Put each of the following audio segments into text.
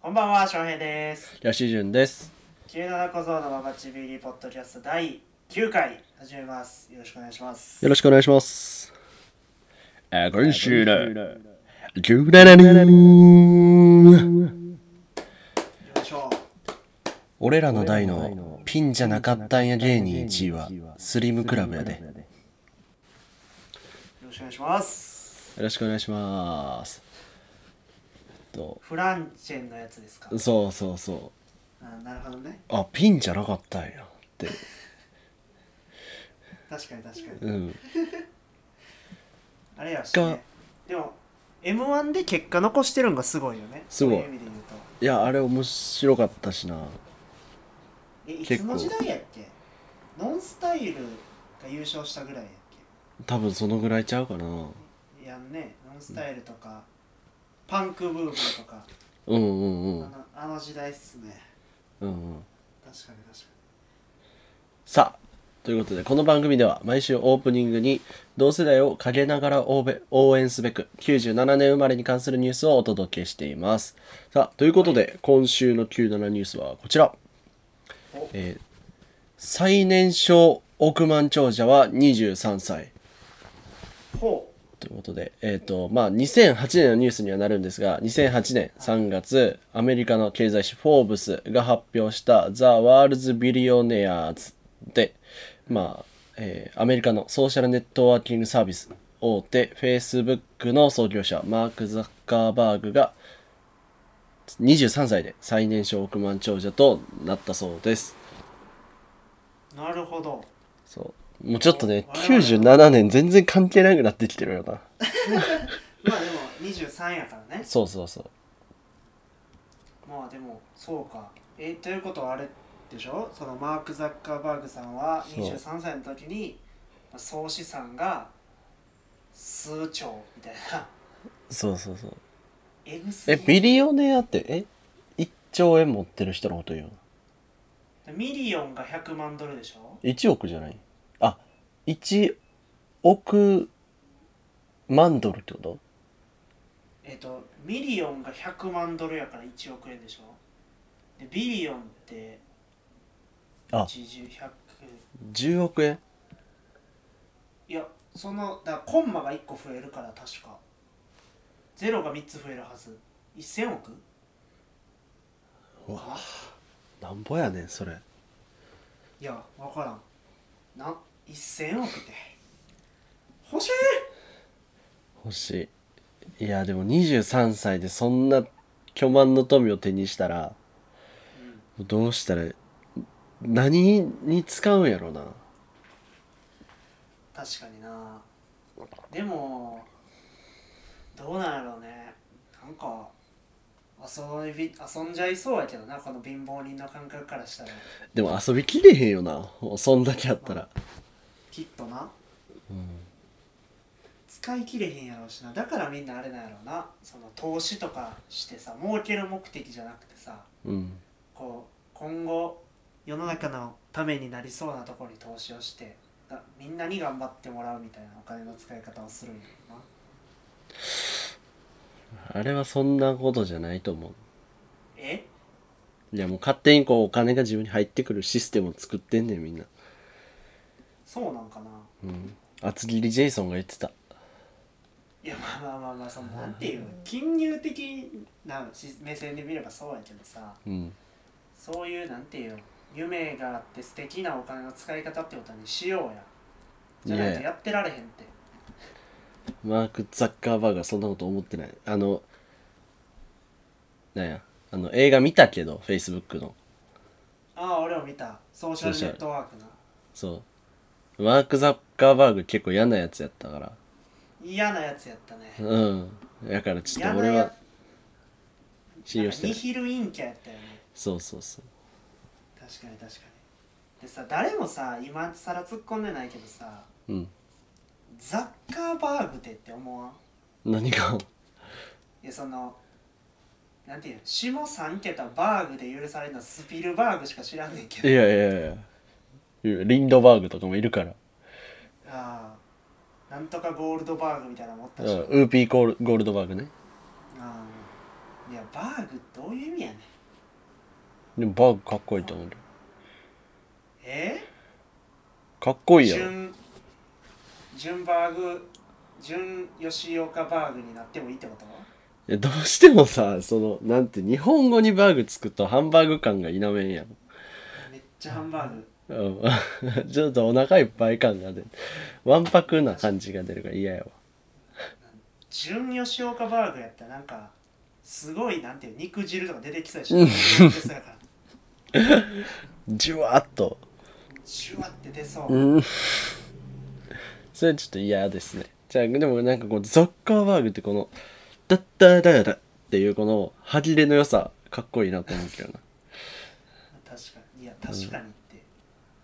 こんばんは、翔平です。ヤシジュンです。 97小僧のババチビリポッドキャスト第9回始めます。よろしくお願いします。よろしくお願いします。えー、今週の17人行きましょ俺らの代のピンじゃなかったんや芸人1位はスリムクラブやで。よう。よろしくお願いします。ろしくお願いします。とフランチェンのやつですか。そうそうそあなるほどね。う。あ、ピンじゃなかったんやって。確かに確かに。うん。あれやし、ね。でも、M1 で結果残してるんがすごいよね。すごいそういう意味で言うと。いや、あれ面白かったしな。え、いつ結構の時代やっけノンスタイルが優勝したぐらいやっ多分そのぐらいちゃうかな。けやんね。ノンスタイルとか、パンクブームとか、うんうんうあん。のあの時代っすね。うんうん確かに確かに。さあということでこの番組では毎週オープニングに同世代を陰ながら応べ応援すべく97年生まれに関するニュースをお届けしていますさあということで、今週の97ニュースはこちらお、えー最年少億万長者は23歳ほう。ということで、えーとまあ、2008年のニュースにはなるんですが2008年3月アメリカの経済誌「フォーブス」が発表した「ザ・ワールズ・ビリオネアーズ」で、まあえーアメリカのソーシャルネットワーキングサービス大手 Facebook の創業者マーク・ザッカーバーグが23歳で最年少億万長者となったそうです。なるほど。そうもうちょっとね97年全然関係なくなってきてるよな。まあでも23やからねそうそうそう。まあでもそうかえということはあれでしょそのマーク・ザッカーバーグさんはそう23歳の時にまあ総資産が数兆みたいな そうそうそう。えぐすえ、ぎビリオネアって、え ?1 兆円持ってる人のこと言うのミリオンが100万ドルでしょ ?1 億じゃないあ、1億万ドルってことえっ、とミリオンが100万ドルやから1億円でしょでビリオンってあ1 100 ?10 億円いやそのだからコンマが1個増えるから確かゼロが3つ増えるはず1000億うわなんぼやねん、それ。いや分からんな1000億って欲しい欲しい。いや、でも23歳でそんな巨万の富を手にしたら、どうしたら、何に使うんやろな。確かになでもどうなんやろうねなんか遊び遊んじゃいそうやけどなこの貧乏人の感覚からしたらでも遊びきれへんよな。そんだけあったら。きっとな、使い切れへんやろうしなだからみんなあれなんやろうなその投資とかしてさ儲ける目的じゃなくてさうん。こう今後世の中のためになりそうなところに投資をしてがみんなに頑張ってもらうみたいなお金の使い方をするんやろなあれはそんなことじゃないと思う。えいやもう勝手にこうお金が自分に入ってくるシステムを作ってんねんみんな、そうなんかなうん、厚切りジェイソンが言ってたいやまあまあまあまあそのなんていうの金融的なし目線で見ればそうやけどさうんそういうなんていうの夢があって素敵なお金の使い方ってことにしようやじゃないとねやってられへんってマーク・ザッカーバーグはそんなこと思ってないあのなんやあの映画見たけど Facebook のああ俺を見たソーシャルネットワークなそうマーク・ザッカーバーグ結構嫌なやつやったから嫌なやつやったねうんだからちょっ嫌とな俺やはつ信用してなんなかいニヒル陰キャやったよねそうそうそう確かに確かにでさ誰もさ今更突っ込んでないけどさうんザッカーバーグでって思わん何がいやそのなんていうの下3桁バーグで許されるのはスピルバーグしか知らんねんけいどやいやいやいやリンドバーグとかもいるから、ああなんとかゴールドバーグみたいなの持っうたん、し、あウーピーゴールゴールドバーグねあいやバーグどういう意味やねんでもバーグかっこいいと思うえかっこいいやろ純純バーグ純吉岡バーグになってもいいってこといやどうしてもさそのなんて日本語にバーグつくとハンバーグ感が否めん やんめっちゃハンバーグうん、ちょっとお腹いっぱい感が出るわんぱくな感じが出るから嫌やわ純吉岡バーグやったらなんかすごいなんていう肉汁とか出てきそうやしそうやからじゅわっとシュワって出そう、うん それちょっと嫌ですねじゃあでもなんかこうゾッカーバーグってこの「ダッダダダ」っていうこの歯切れの良さかっこいいなと思うけどな確かにいや確かにって、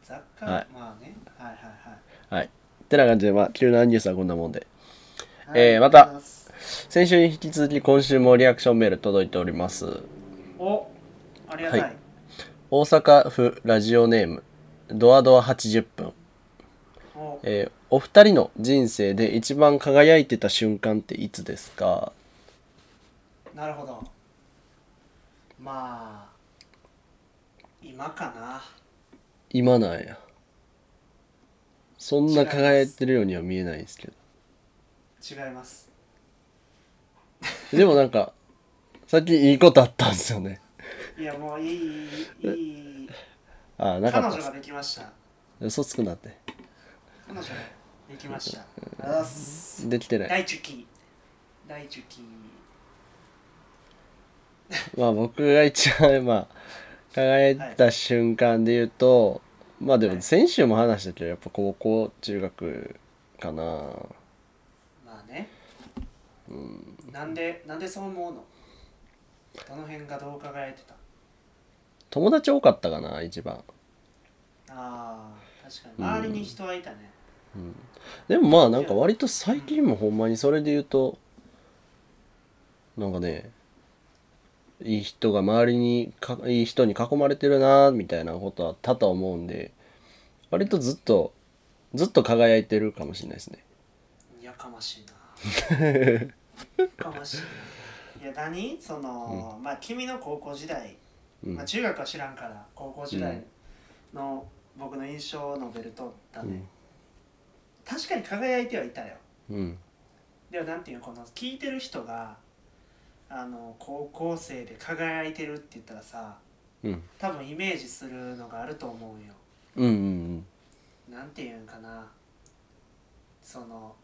雑貨、はいまあねはいはいはいはいってな感じでまあ急なニュースはこんなもんでえーはいまた先週に引き続き今週もリアクションメール届いておりますおありがたい、はい大阪府ラジオネームドアドア80分おえーお二人の人生で一番輝いてた瞬間っていつですかなるほどまあ今かな今なんやそんな輝いてるようには見えないんですけど違いますでもなんかさっきいいことあったんですよねいやもういいいいああなか彼ったっ女すができました嘘つくなって彼女ができましたありがとうございますできてない第10期第10期まあ僕が一番まあ輝いた瞬間で言うと、まあでも先週も話したけどやっぱ高校中学かなまあね、なんでなんでそう思うのどの辺がどう輝いてた友達多かったかな一番ああ確かに周りに人はいたね、でもまあなんか割と最近もほんまにそれで言うとなんかねいい人が周りにかいい人に囲まれてるなみたいなことは多々思うんで割とずっとずっと輝いてるかもしれないですねやかましいな やかましいないや何その、まあ君の高校時代、うんまあ、中学は知らんから高校時代の僕の印象を述べるとだね、うん確かに輝いてはいたようんでもなんていうのこの聞いてる人があの高校生で輝いてるって言ったらさうん多分イメージするのがあると思うようんうんなんていうんかなその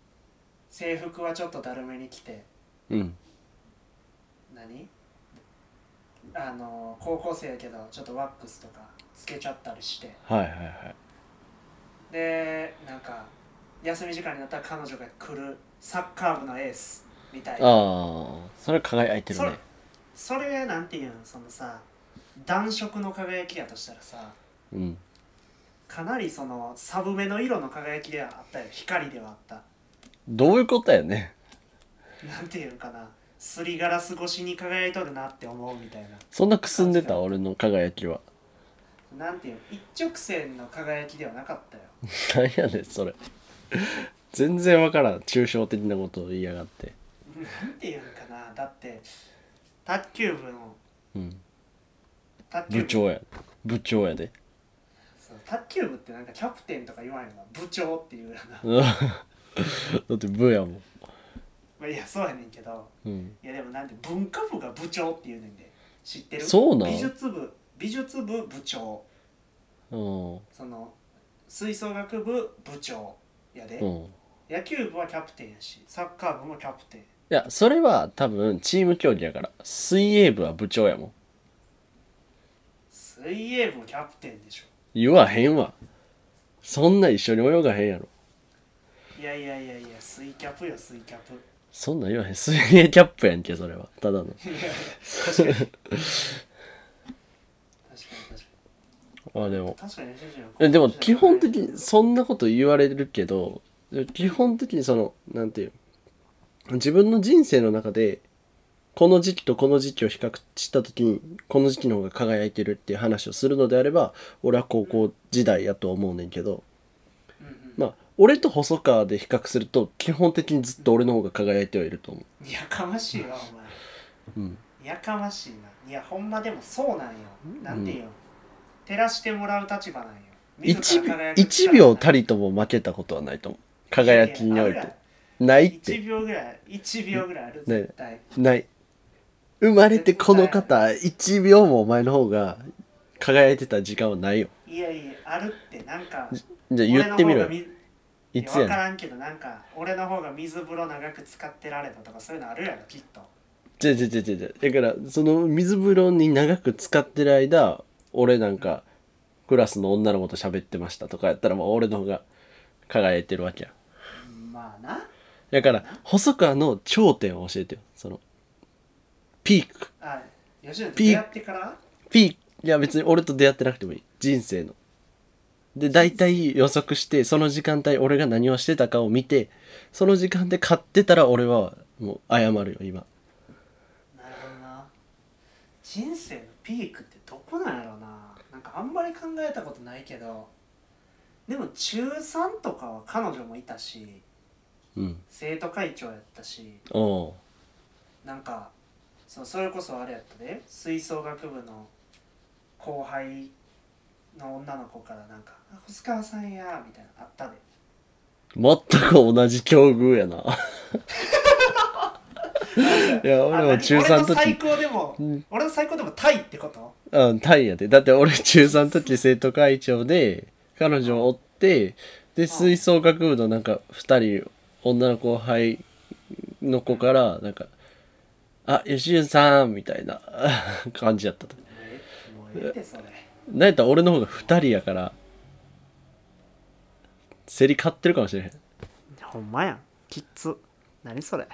制服はちょっとだるめに着てうんうん何あの高校生やけどちょっとワックスとかつけちゃったりしてはいはいはいでなんか休み時間になったら彼女が来るサッカー部のエースみたいなああそれ輝いてるそれねそれなんていうんそのさ暖色の輝きやとしたらさうんかなりそのサブ目の色の輝きではあったよ光ではあったどういうことやねなんていうんかなすりガラス越しに輝いとるなって思うみたいそんなくすんでた俺の輝きは ななんていうん一直線の輝きではなかったよなんやねんそれ全然わからん抽象的なことを言いやがってなんていうんかなだって卓球部のうん卓球部部長や部長やで そう卓球部ってなんかキャプテンとか言わんよな部長っていうよな、 うんだって部やもん、まあ、いやそうやねんけどうん、いやでもなんで文化部が部長って言うねんで知ってるそうなん美術部美術部部長うんその吹奏楽部部長やで、うんい野球部はキャプテンやしサッカー部もキャプテンやそれは多分チーム競技やから水泳部は部長やもん水泳部もキャプテンでしょ言わへんわそんな一緒に泳がへんやろいやいやいやいや水キャプよ水キャプそんなん言わへん水泳キャップやんけそれはただのいやいや確かに確かに確かあでもに確かに先生のえでも基本的にそんなこと言われるけど基本的にそのなんていう自分の人生の中でこの時期とこの時期を比較した時にこの時期の方が輝いてるっていう話をするのであれば俺は高校時代やと思うねんけどうんうんまあ俺と細川で比較すると基本的にずっと俺の方が輝いてはいると思いやかましいわお前う、うん、やかましいないやほんまでもそうなんよなんていうの、照らしてもらう立場なんよ 1, 1秒たりりとも負けたことはないと思う輝きにおいてないって1秒ぐらい1秒ぐらいあるね絶対、ない生まれてこの方1秒もお前の方が輝いてた時間はないよいやいやあるってなんかじゃあ言ってみ俺の方がろよみいいやつや分かねんらんけどなんか俺の方が水風呂長く使ってられたとかそういうのあるやろきっとじゃじゃじゃじゃじゃだからその水風呂に長く使ってる間俺なんかクラスの女の子と喋ってましたとかやったらまあ俺の方が輝いてるわけやまあなだから細川の頂点を教えてよそのピークあ吉野とピ出会ってからピークいや別に俺と出会ってなくてもいい人生ので大体予測してその時間帯俺が何をしてたかを見てその時間で買ってたら俺はもう謝るよ今なるほどな人生のピークってどこなんやろななんかあんまり考えたことないけどでも中3とかは彼女もいたしうん生徒会長やったしおうなんかそうそれこそあれやったで吹奏楽部の後輩の女の子からなんか「あ細川さんや」みたいなのあったで全く同じ境遇やないやあ俺も何中3の俺の最時高でも、うん俺の最高でもタイってことうんタイやでだって俺中3の時生徒会長で彼女を追ってで吹奏楽部のなんか2人女の後輩の子からなんか「あ吉純さん」みたいな 感じやったともうえもうええってそれなんやったら俺の方が2人やから競り勝ってるかもしれへんほんまやんキッズ何それ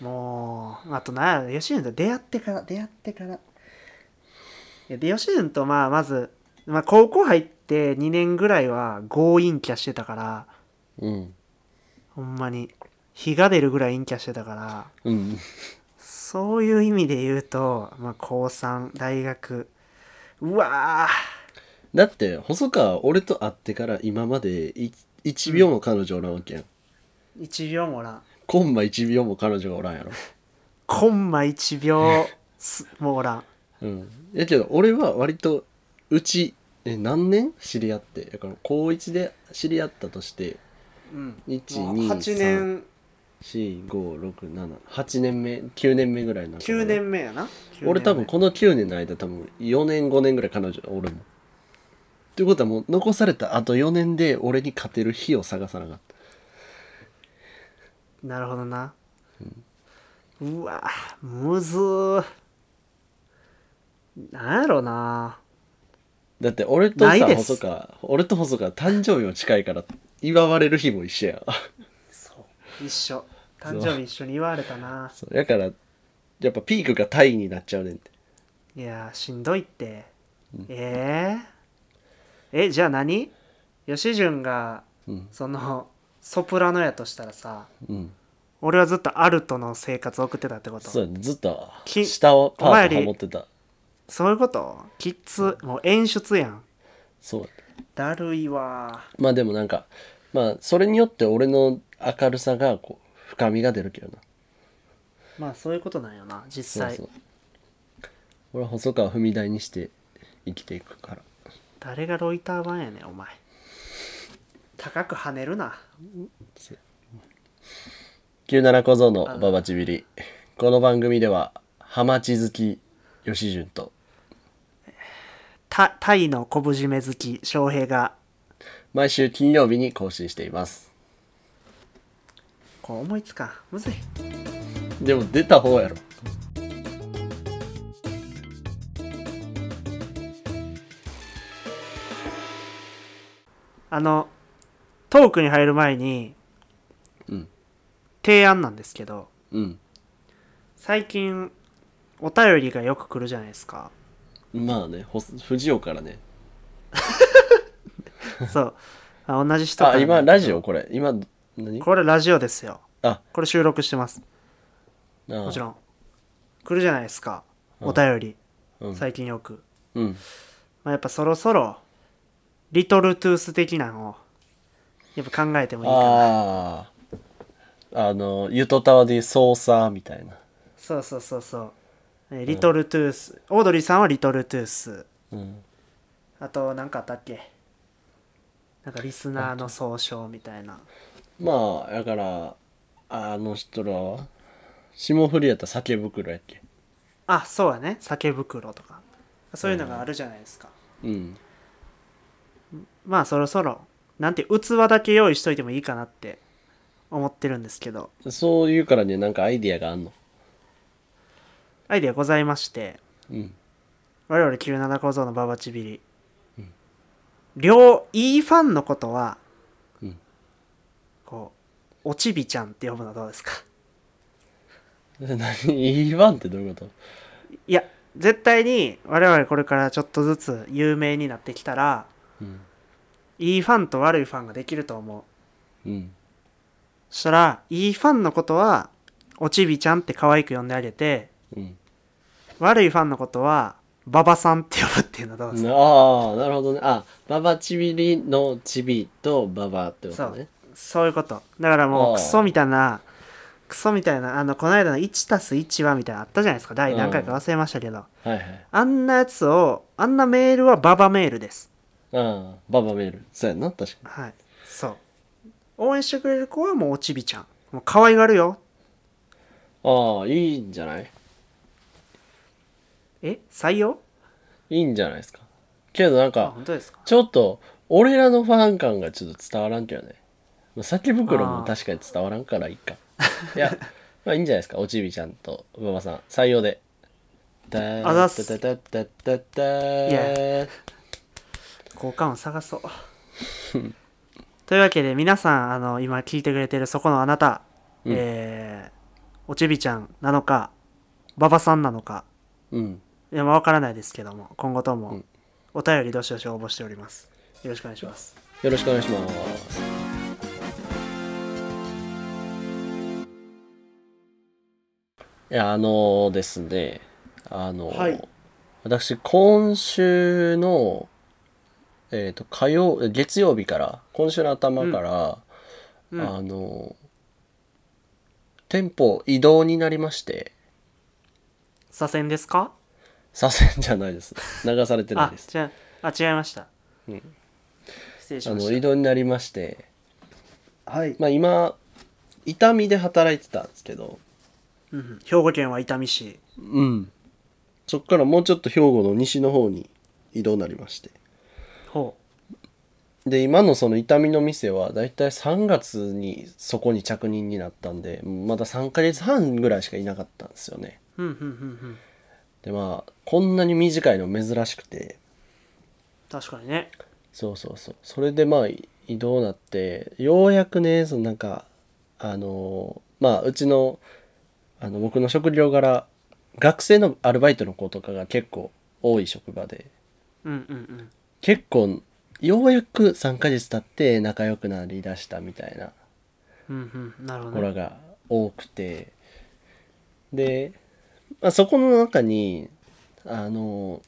もうあとな吉野と出会ってから出会ってからいやで吉野とまあまず、まあ、高校入って2年ぐらいは強引キャしてたからうんほんまに日が出るぐらい陰キャしてたからうんそういう意味で言うと、まあ、高3大学うわだって細川俺と会ってから今まで1秒も彼女おらんわけやん、ー1秒もおらんコンマ1秒も彼女がおらんやろコンマ1秒すもおらんうんやけど俺は割とうちえ何年知り合ってだから高1で知り合ったとしてうんもう8 1234567年8年目9年目ぐらいな9年目やな俺多分ここの9年の間多分4年5年ぐらい彼女俺もということはもう残されたあと4年で俺に勝てる日を探さなかったなるほどな、うわむずーなんやろなだって俺とさないです細川俺と細川誕生日も近いから祝われる日も一緒やん そう一緒誕生日一緒に言われたなそうだからやっぱピークがタイになっちゃうねんっていやーしんどいって、えー、えじゃあ何吉純がうんそのソプラノやとしたらさうん俺はずっとアルトの生活を送ってたってことそうやねずっとき下をパお前ーよトりハモってたそういうことキッズもう演出やんそうやねだるいわまあでもなんかまあそれによって俺の明るさがこう深みが出るけどなまあそういうことなんよな実際そうそう俺は細川踏み台にして生きていくから誰がロイター版やねんお前高く跳ねるな97小僧のババチビリこの番組ではハマチ好き吉純とタタイの昆布締め好き翔平が毎週金曜日に更新していますこう思いつかんむずいでも出た方やろあのトークに入る前に、うん提案なんですけどうん最近お便りがよく来るじゃないです かまあねほ藤尾からねそうあ同じ人あね今ラジオこれ今何これラジオですよあこれ収録してますももちろん来るじゃないですかお便り、うん最近よく、うんまあ、やっぱそろそろリトルトゥース的なのをやっぱ考えてもいいかなあああのゆとたわで操作みたいなそうそうそうそうえーリトルトゥース、オードリーさんはリトルトゥースうんあと何かあったっけなんかリスナーの総称みたいなまあだからあの人らは霜降りやったら酒袋やっけあそうやね酒袋とかそういうのがあるじゃないですか、うんまあそろそろなんて器だけ用意しといてもいいかなって思ってるんですけどそう言うからねなんかアイディアがあんのアイデアございましてうん我々97構造のババチビリ、両いいファンのことは、うんこうおちびちゃんって呼ぶのはどうですか 何言わんってどういうこといや絶対に我々これからちょっとずつ有名になってきたらうんいいファンと悪いファンができると思ううんそしたらいいファンのことはおちびちゃんって可愛く呼んであげてうん悪いファンのことはババさんって呼ぶっていうのはどうですか、ああなるほどねあババチビリのチビとババってことねそういうことだからもあうあクソみたいなクソみたいなあのこの間の1たす1はみたいなのあったじゃないですか第何回か忘れましたけど、はいはいあんなやつをあんなメールはババメールですああババメールそうやな確かにはいそう応援してくれる子はもうおちびちゃんもう可愛がるよああいいんじゃないえ採用いいんじゃないですかけどなんあか本当ですかちょっと俺らのファン感がちょっと伝わらんけどねまあ酒袋あもー確かに伝わらんからいいかいや まあいいんじゃないですかおちびちゃんと馬場さん採用であざっすだだだだだいや交換を探そうというわけで皆さんあの今聞いてくれてるそこのあなた、うんえーおちびちゃんなのかババさんなのかうんいや、まあ、わからないですけども、今後とうもん、お便りどしどし応募しております。よろしくお願いします。よろしくお願いしますいやあのですねあの、はい私今週のえっ、と火曜月曜日から今週の頭から、うんあの店舗移動になりまして左遷ですか左遷じゃないです流されてないあです、違う、あ、違いました。失礼しあまのし移動になりましてた。はい。まあ今痛みで働いてたんですけどうん兵庫県は伊丹市。うん。そっからもうちょっと兵庫の西の方に移動になりまして。ほで、今のその痛みの店は、だいたい3月にそこに着任になったんで、まだ3ヶ月半ぐらいしかいなかったんですよね。う。うん、うん、うん、うん。で、まあ、こんなに短いの珍しくて、確かにね。そうそうそう。それでまあ、い移動なって、ようやくね、そのなんか、あのーまあ、うちの、あの、僕の職業柄、学生のアルバイトの子とかが結構多い職場で、うん、うん、うん。結構ようやく3ヶ月経って仲良くなりだしたみたいなうん、うん。なるほ子ど、らね。が多くて、で、まあ、そこの中にあの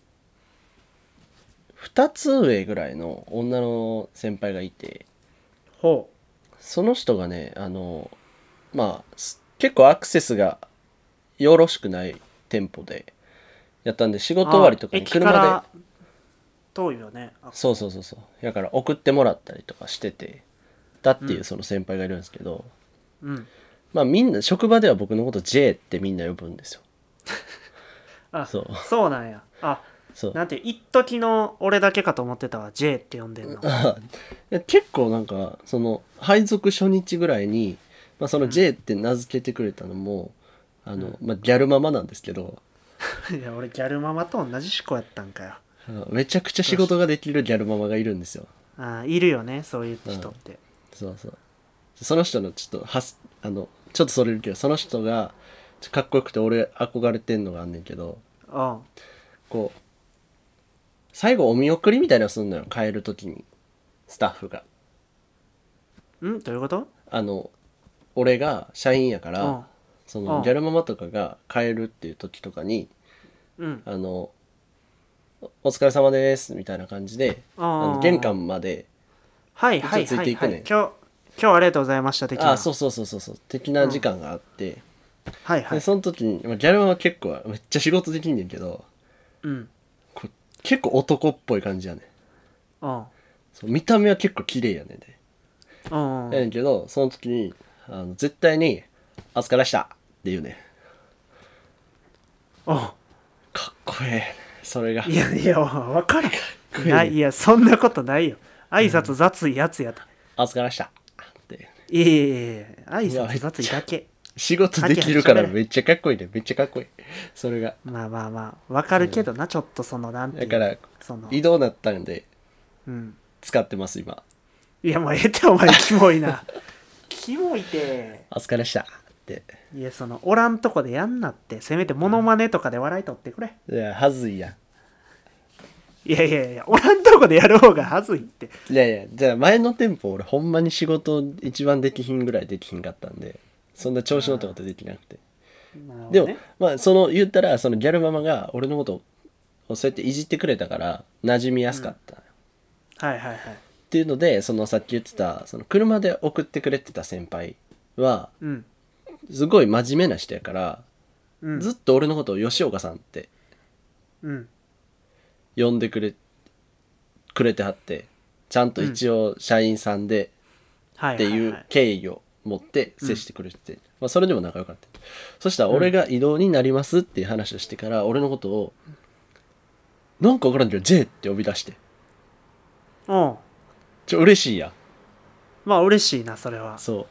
2つ上ぐらいの女の先輩がいてほその人がねあのまあす結構アクセスがよろしくない店舗でやったんで仕う。事終わりとかあに駅車かで。ら遠いよね。あそうそうそうそうだから送ってもらったりとかしててだっていううんその先輩がいるんですけど、うん。まあみんな職場では僕のこと J ってみんな呼ぶんですよあ、そうそうなんや。あ、そう なんて、一時の俺だけかと思ってたわ。J って呼んでんの。で結構なんかその配属初日ぐらいに、まあ、その J って名付けてくれたのも、あのまあ、ギャルママなんですけど いや、俺ギャルママと同じ思考やったんかよ。あのめちゃくちゃ仕事ができるギャルママがいるんですよあーいるよねそういう人って、そうそうその人のちょっとはすあのちょっとそれるけどその人がちょかっこよくて俺憧れてんのがあんねんけどうん、こう最後お見送りみたいなのすんのよ帰る時にスタッフがうんどういうことあの俺が社員やから、うんそうのんギャルママとかが帰るっていう時とかにうん「あのおお疲れ様です」みたいな感じであーあの玄関まではいはいちょっとはついてい、いくはねい、今日今日はありがとうございました的なあそうそうそうそうそう的な時間があって、はいはでいその時に、まあ、ギャルマンは結構めっちゃ仕事できんねんけどうんこう結構男っぽい感じやねんうんそう見た目は結構綺麗やねんで、うんうんやねんけどその時にあの絶対に「あすからした」って言うねんおかっこええそれがいやいや分かる こいいいないいやそんなことないよ挨拶雑いやつやと、 「あすからした」っていやいやいや挨いやめ拶っちゃ雑いだけ仕事できるからめっちゃかっこいいねめっちゃかっこいいそれがまあまあまあ分かるけどな、ちょっとそのなんていだうからその移動だったんでうん使ってます今いやもうええってお前キモい なキモいて「あすからした」っていやそのおらんとこでやんなってせめてモノマネとかで笑い取ってくれ、いやはずいやいやいやいやおらんとこでやる方がはずいってんいやいやじゃあ前の店舗俺ほんまに仕事一番できひんぐらいできひんかったんでそんな調子乗ったことできなくてなるほでどもね、まあその言ったらそのギャルママが俺のことをそうやっていじってくれたから馴染みやすかった、っはいはいはいていうのでそのさっき言ってたその車で送ってくれてた先輩はうんすごい真面目な人やから、うんずっと俺のことを吉岡さんってうん呼んでくれくれてはってちゃんと一応社員さんではいはってい、はい、いう敬意を持って接してくれてて、まあ、それでも仲良かったそしたら俺が異動になりますっていう話をしてから俺のことをなんか分からんけど J って呼び出してうんちょ嬉しいやんまあ嬉しいなそれはそ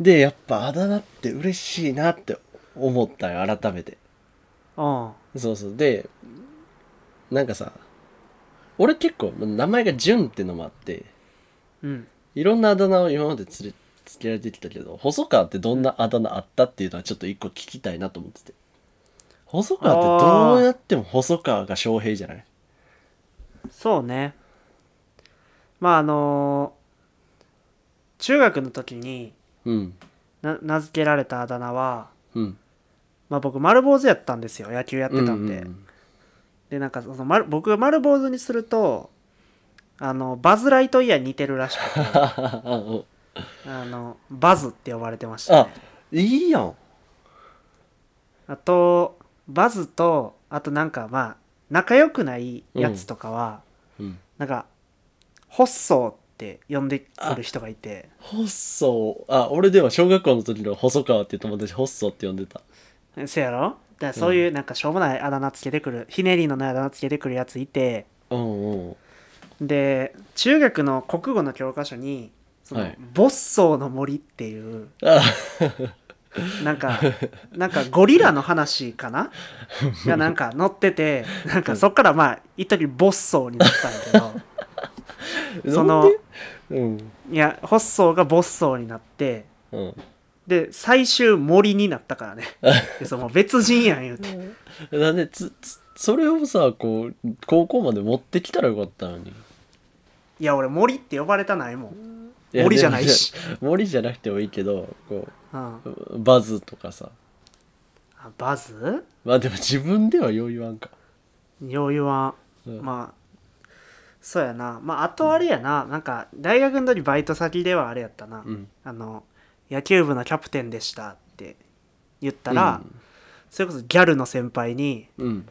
うでやっぱあだ名って嬉しいなって思ったよ改めてうんそうそうでなんかさ俺結構名前が潤ってのもあってうんいろんなあだ名を今までつれつけられてきたけど細川ってどんなあだ名あったっていうのはちょっと一個聞きたいなと思ってて細川ってどうやっても細川が翔平じゃないそうねまああのー中学の時にうんな名付けられたあだ名は、うんまあ、僕丸坊主やったんですよ野球やってたんで、うんうんでなんかその丸僕が丸坊主にするとあのバズ・ライトイヤーに似てるらしくて ああのバズって呼ばれてました、あね、いいやんあとバズとあとなんかまあ仲良くないやつとかは、うんなんかホッソーって呼んでくる人がいて細あ俺では小学校の時の細川っていう友達細って呼んでたせやろだからそういうなんかしょうもないあだ名つけてくる、ひねりのないあだ名つけてくるやついてうんうんで中学の国語の教科書に「そのはいボッソーの森」っていう あなんかなんかゴリラの話か ながなんか載っててなんかそっからまあ一時ボッソーになったんやけど そのなんでうんいやホッソーがボッソーになってうんで最終森になったから ねでその別人やん言うてなんでつつそれをさこう高校まで持ってきたらよかったのにいや俺森って呼ばれたないもん、や森じゃないしでも森じゃなくてもいいけどこうん、うバズとかさあバズまあでも自分ではよう言わんか、余裕はうんまあそうやなまああとあれやな、なんか大学の時バイト先ではあれやったな、うんあの野球部のキャプテンでしたって言ったら、それこそギャルの先輩にうん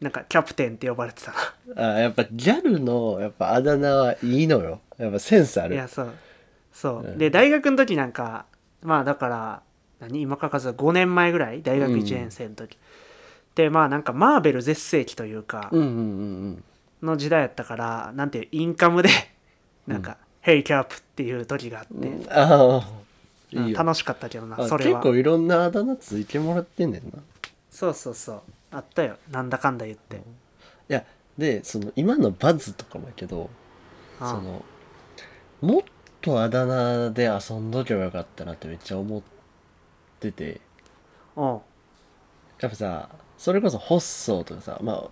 なんかキャプテンって呼ばれ てたなあやっぱギャルのやっぱあだ名はいいのよやっぱセンスあいるやそうそう、うんで大学の時なんかまあだから何今から数え5年前ぐらい大学1年生の時、でまあなんかマーベル絶世紀というかうんうんうんの時代やったからなんていうインカムでなんか「ヘイキャップ」っていう時があって、うんああいうんいよ楽しかったけどなあそれ結は構いろんなあだ名ついてもらってんねんないそうそうそうあったよなんだかんだ言って、やでその今のバズとかもやけどうんそのもっとあだ名で遊んどけばよかったなってめっちゃ思ってておうやっぱさそれこそホッソーとかさまあ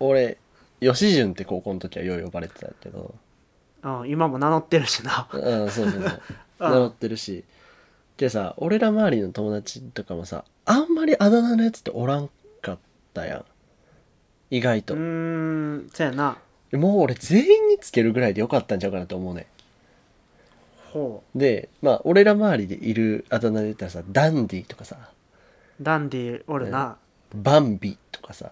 俺吉純って高校の時はよう呼ばれてたけどうん、今も名乗ってるしな うんそうそうそうあ名乗ってるしけどさ俺ら周りの友達とかもさあんまりあだ名のやつっておらんかったやん意外うとーんそやなもう俺全員につけるぐらいでよかったんちゃうかなと思うねほでまあ俺ら周りでいるあだ名で言ったらさダンディとかさうダンディおるな、バンビとかさ、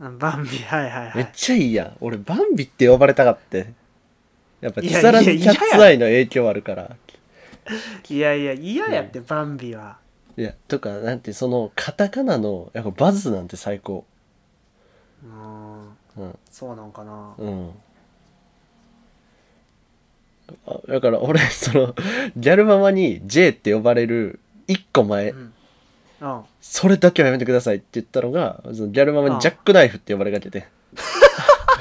あバンビはいはいはめっいちゃいいやん。俺、バンビって呼ばれたかって。やっぱ、い木や更いや津キャッツアイの影響あるから。いやいや嫌やってバンビはいや、とか、なんて、その、カタカナの、やっぱバズなんて最高。うんうん。そうなんかなうん。あだから、俺、 その、ギャルママに J って呼ばれる一個前、うんうんそれだけはやめてくださいって言ったのが、そのギャルママにジャックナイフって呼ばれかけて。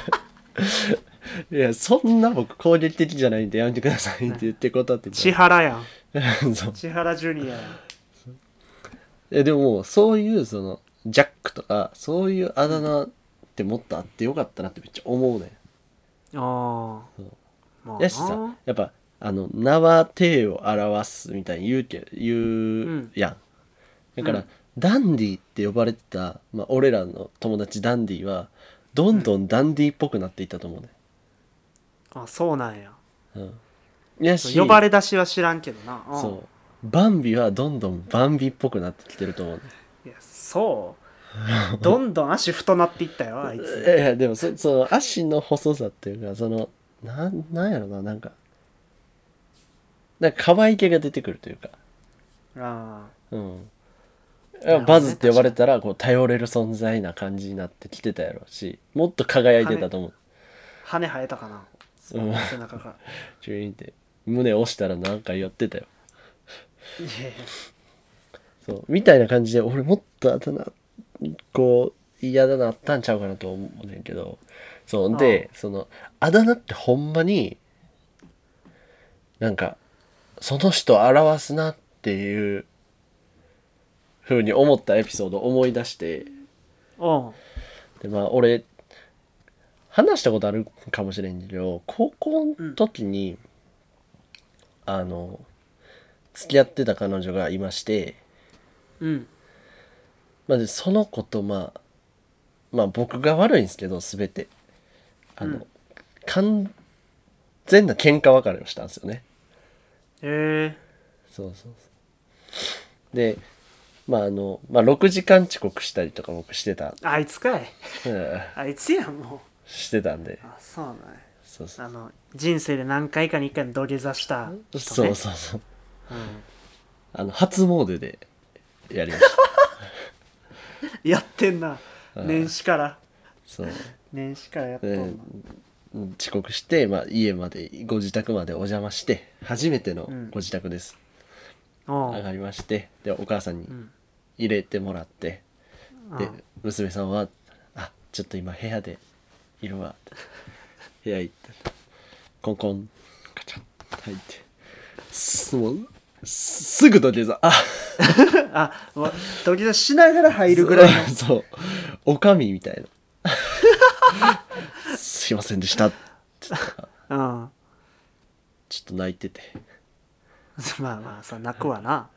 いや、そんな僕攻撃的じゃないんでやめてくださいって言って断って千た。原やん そう千原ジュニアやんえでも、そういうその、ジャックとか、そういうあだ名ってもっとあってよかったなってめっちゃ思うね。ああうまあやしなさ、やっぱ、あの、名は手を表すみたいに言うけ、言うんやん。だから、うんダンディって呼ばれてた、まあ、俺らの友達ダンディは、どんどんダンディっぽくなっていったと思うね。あそうなんやうん。やし、呼ばれ出しは知らんけどな、うん、そう。バンビはどんどんバンビっぽくなってきてると思うね。いやそうどんどん足太なっていったよあいいつやいやでもそその足の細さっていうかそのなんなんやろななんかなんか可愛げが出てくるというかあうんなるほどねバズって呼ばれたらこう頼れる存在な感じになってきてたやろうしもっと輝いてたと思うあ羽生えたかなそううん背中からチュイーンって胸押したらなんか寄ってたよいやいやそうみたいな感じで俺もっとあだなこう嫌だなあったんちゃうかなと思うねんけどそうでそのあだ名ってほんまになんかその人を表すなっていうふうに思ったエピソードを思い出してうんでまあ俺話したことあるかもしれんけど高校の時に、あの付き合ってた彼女がいまして。うんまあ、でその子とまあまあ僕が悪いんですけど全てあの、うん完全な喧嘩別れをしたんですよねえそうそうそうでまああの、まあ、6時間遅刻したりとか僕してた、ー、あいつかいうんあいつやんもしてたんでうあそうなんやそうそうあの人生で何回かに1回の土下座した人、そね、うそうそううんあの初詣でやりました やってんな年始からそう年始からやっとんでな、うん遅刻して、まあ、家までご自宅までお邪魔して初めてのご自宅です、お上うがりましてでお母さんにん入れてもらって、うんで娘さんは「あちょっと今部屋でいるわ」部屋行ってコンコンカチャッ入ってすもうすすぐ土下座ああわ土下座しながら入るぐらいの そうおかみみたいな すいませんでしたって言ったうらん まちょっと泣いててあまあさ泣くわな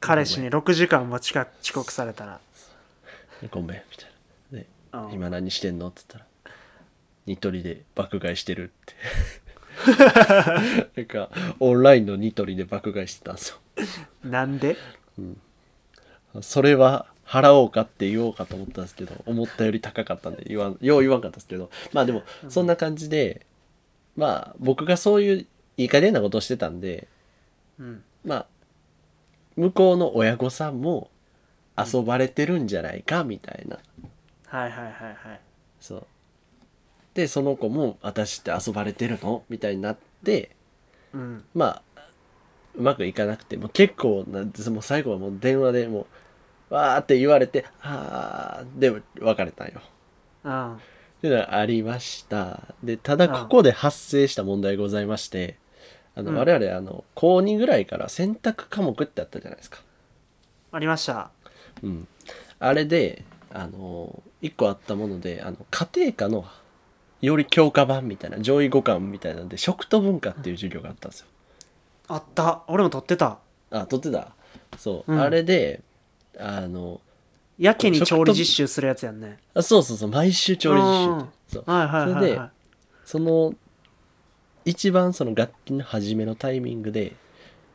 彼氏に6時間も近く遅刻されたらごめんみたいなでうん今何してんの?」って言ったら「ニトリで爆買いしてる」 ってなんかオンラインのニトリで爆買いしてたんですなんでよそれは払おうかって言おうかと思ったんですけど思ったより高かったんで言わんよう言わんかったですけどまあでもそんな感じで、まあ僕がそういういい加減なことをしてたんでうんまあ向こうの親御さんも遊ばれてるんじゃないかみたいなはいはいはいはいそうでその子も「私って遊ばれてるの?」みたいになってうんまあうまくいかなくてもう結構なんてもう最後はもう電話でもうわーって言われて「あー」で別れたんよ。うんっていうのがありました。でただここで発生した問題ございましてあの、うん我々あの高2ぐらいから選択科目ってあったじゃないですか。ありましたうん、あれであの1個あったものであの家庭科のより強化版みたいな上位互換みたいなので食と文化っていう授業があったんですよ。あった俺も撮ってたあ取ってたそう、うんあれであのやけに調理実習するやつやんねあそうそうそう毎週調理実習ってそうはいはいそはれいではいその一番その楽器の初めのタイミングで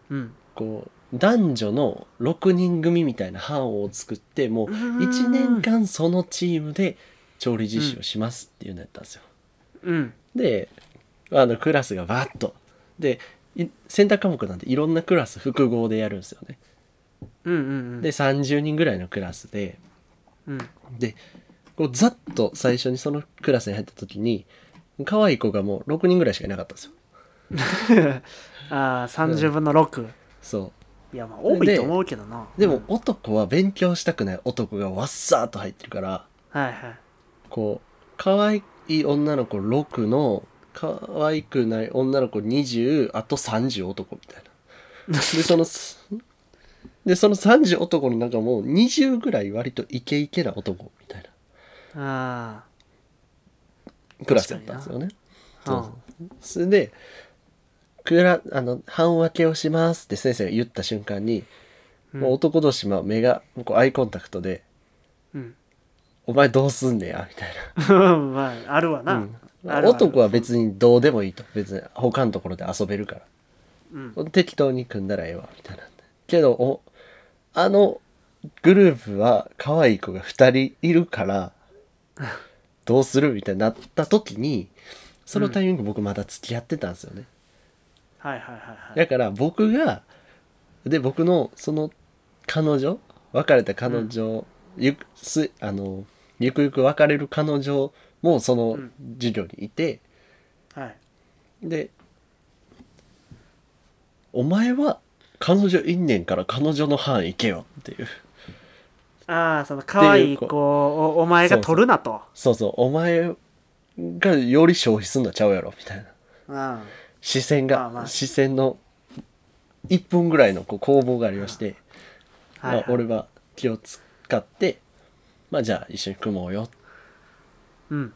うんこう男女の6人組みたいな班を作ってもう1年間そのチームで調理実習をしますっていうのやったんですよ。うんであのクラスがバーッとでい選択科目なんていろんなクラス複合でやるんですよね。うんうんで30人ぐらいのクラスでうん でこうざっと最初にそのクラスに入った時に可愛い子がもう6人ぐらいしかいなかったんですよ。ああ30分の6、そういやまあ多いと思うけどなでも男は勉強したくない男がわっさーっと入ってるからはいはいこう可愛い女の子6の可愛くない女の子20あと30男みたいなでそのすでその30男の中も20ぐらい割とイケイケな男みたいなあクラスだったんですよねあそうそれでクラあの半分けをしますって先生が言った瞬間に、うんもう男同士まあ目がこうアイコンタクトでうん「お前どうすんねや」みたいな。うん まああるわな、あるある男は別にどうでもいいと別に他のところで遊べるかうんら適当に組んだらええわみたいなんでけどおあのグループは可愛い子が2人いるからどうするみたいになった時にそのタイミング僕まだ付き合ってたんですよね、はいはいはいはいだから僕がで僕のその彼女別れた彼女、ゆくすあのゆくゆく別れる彼女もそのん授業にいて、はいで「お前は彼女いんねんから彼女の班行けよ」っていうああその可愛いって子いうをお前が取るなとそうそうお前がより消費すんのちゃうやろみたいなうん視線が、まあまあ視線の1分ぐらいのこう攻防がありまして、はいはいまあ、俺は気を使ってまあじゃあ一緒に組もうようん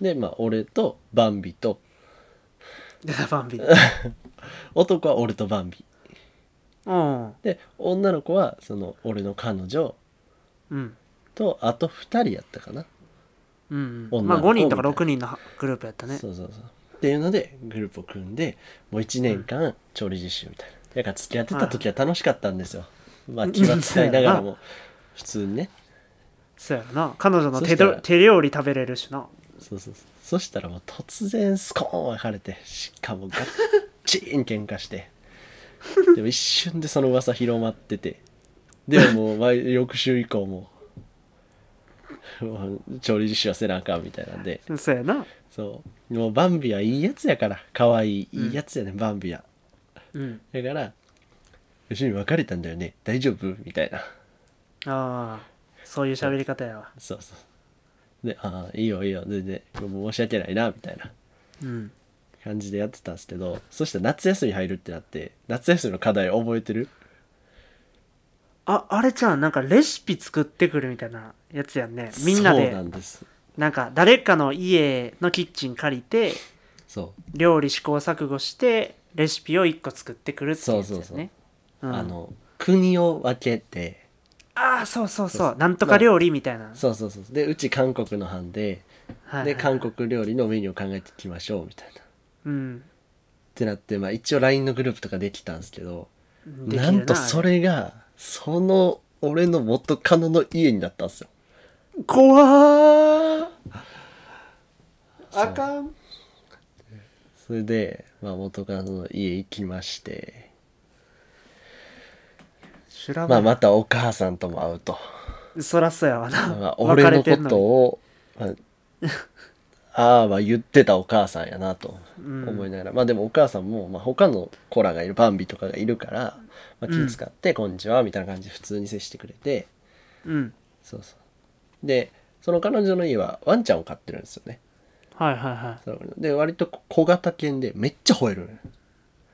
でまあ俺とバンビとでバ ンビ男は俺とバンビうんで女の子はその俺の彼女うんとあと2人やったかなうん女の子まあ5人とかみた6人のグループやったねそうそうそうっていうのでグループを組んでもう1年間調理実習みたいな、だから付き合ってた時は楽しかったんですよ、まあ気は使いながら も普通にねそうやろな彼女の手そしたどら手料理食べれるしなそうそうそうそしたらもう突然スコーン分かれてしかもガッチーン喧嘩してでも一瞬でその噂広まっててでももう毎翌週以降ももう調理実習はせなあかんみたいなんでそうやなそうもうバンビはいいやつやから可愛いいいやつやね、ん、バンビはうんだから「吉見別れたんだよね大丈夫?」みたいなああそういう喋り方やわそうそうで「ああいいよいいよ全然もう申し訳ないな」みたいなうん感じでやってたんですけどそしたら夏休み入るってなって夏休みの課題覚えてるああれじゃんなんかレシピ作ってくるみたいなやつやんねみんなそうでなんですなんか誰かの家のキッチン借りてそう、料理試行錯誤してレシピを1個作ってくるっていうやつやねそうそうそううんあの国を分けてああそうそうそそうそううなんとか料理みたいな、そうそうそうでうち韓国の班ではいではい韓国料理のメニューを考えていきましょうみたいなっうんてなって、まあ、一応 LINE のグループとかできたんですけどできるなんとそれがその俺の元カノの家になったんですよ怖ーそうあかんそれで、まあ、元カノの家行きまして、修羅場まあ、またお母さんとも会うと、そらそうやわな、まあ、俺別のれこてんのとにを、まあ、ああ は言ってたお母さんやなとうん思いながら、まあでもお母さんも、まあ、他の子らがいるバンビとかがいるから、まあ、気使って「こんにちは」みたいな感じで普通に接してくれて、うんそうそうでその彼女の家はワンちゃんを飼ってるんですよねはいはいはそので割と小型犬でめっちゃ吠えるのよい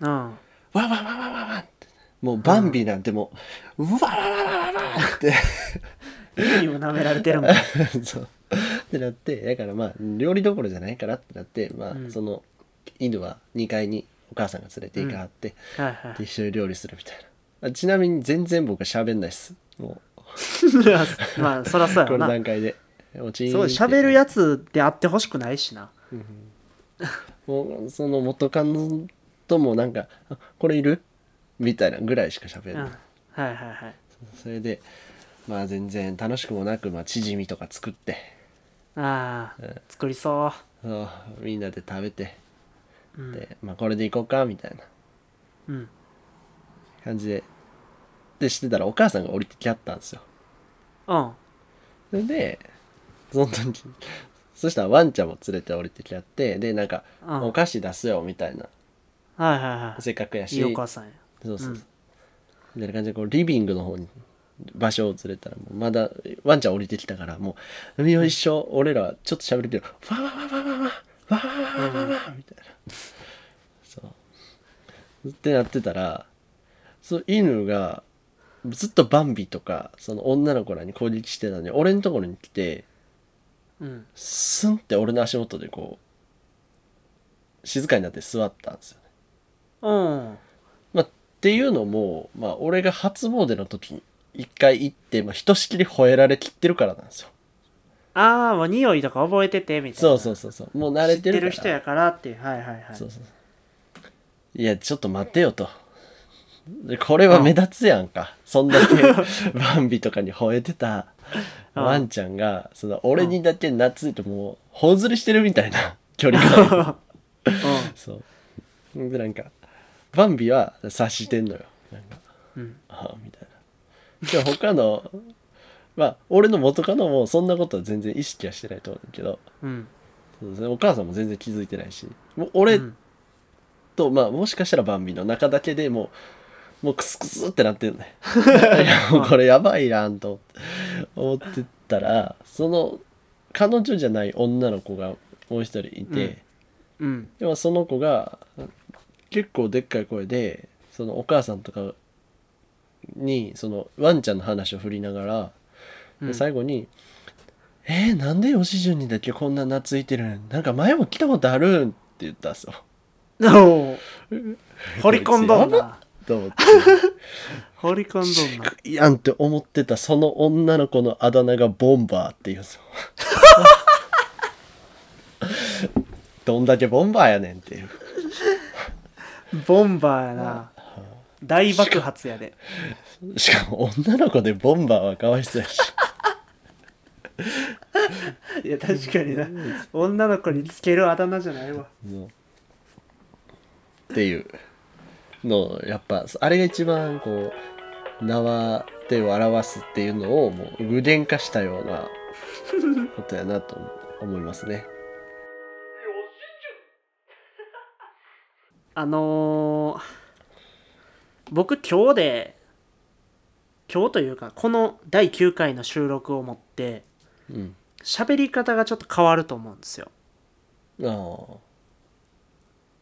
うんわわわわわわってもうバンビなんてもう、うわわわわわわって 家にも舐められてるもんそうってなってだからまあ料理どころじゃないからってなってまあ、うんその犬は2階にお母さんが連れて行かはって、はいはで一緒に料理するみたいなあちなみに全然僕喋んないっすもういまあそらそうこやのわな段階で落ちそう喋るややつであってほしくないしなもうその元カノともなんか「あこれいるみたいなぐらいしか喋うらんない、はいはいはいそれでまあ全然楽しくもなく、まあ、チヂミとか作ってああ、作りそうそうみんなで食べて、うんで、まあ、これでいこうかみたいなうん感じででしてたらお母さんが降りてきはったんですようんそれでその時そしたらワンちゃんも連れて降りてきはってでなんか、うんお菓子出すよみたいなはいはいはいせっかくやしいいお母さんやそうそうそう、みたいな感じでこうリビングの方に場所をずれたらもうまだワンちゃん降りてきたからもう「海を一生俺らちょっと喋るけどわわわわわわわわわわわわ」みたいなそうってなってたらその犬がずっとバンビとかその女の子らに攻撃してたのに俺のところに来てうんスンって俺の足元でこう静かになって座ったんですようんまあ、っていうのも、まあ、俺が初詣の時に一回行って、まあ、ひとしきり吠えられきってるからなんですよ。ああもう匂いとか覚えててみたいそなうそうそうそう。もう慣れてるから。知ってる人やからっていうはいはいはいそうそうそう。いや、ちょっと待てよと。でこれは目立つやんか。そんだけバンビとかに吠えてた うんワンちゃんが、その俺にだけ懐いてもう、頬ずりしてるみたいな 距離 感。そう。で、なんか、バンビは察してんのよ。なんかうんうんああみたいな。でも他のまあ俺の元カノもそんなことは全然意識はしてないと思うけどうんそうですねお母さんも全然気づいてないしもう俺うんと、まあもしかしたらバンビの中だけでもうもうクスクスってなってるねいやもうこれやばいなと思って思ってたらその彼女じゃない女の子がもう一人いて、うんうんでもその子が結構でっかい声でそのお母さんとかにそのワンちゃんの話を振りながら、うでん最後に「えー、なんで吉純にだけこんな懐いてるんなんか前も来たことあるん?」って言ったんですよ。おお 掘り込んどんこいつやばな と思って掘り込んどんな「いやん」って思ってたその女の子のあだ名が「ボンバー」っていう んですよ。どんだけボンバーやねんっていう。ボンバーやな大爆発やでしかも女の子でボンバーはかわいそうやし。いや確かにな女の子につけるあだ名じゃないわのっていうのをやっぱあれが一番こう縄手を表すっていうのをもう具現化したよう なことやなと思いますね。あのー僕今日で今日というかこの第9回の収録をもってうん、喋り方がちょっと変わると思うんですよああ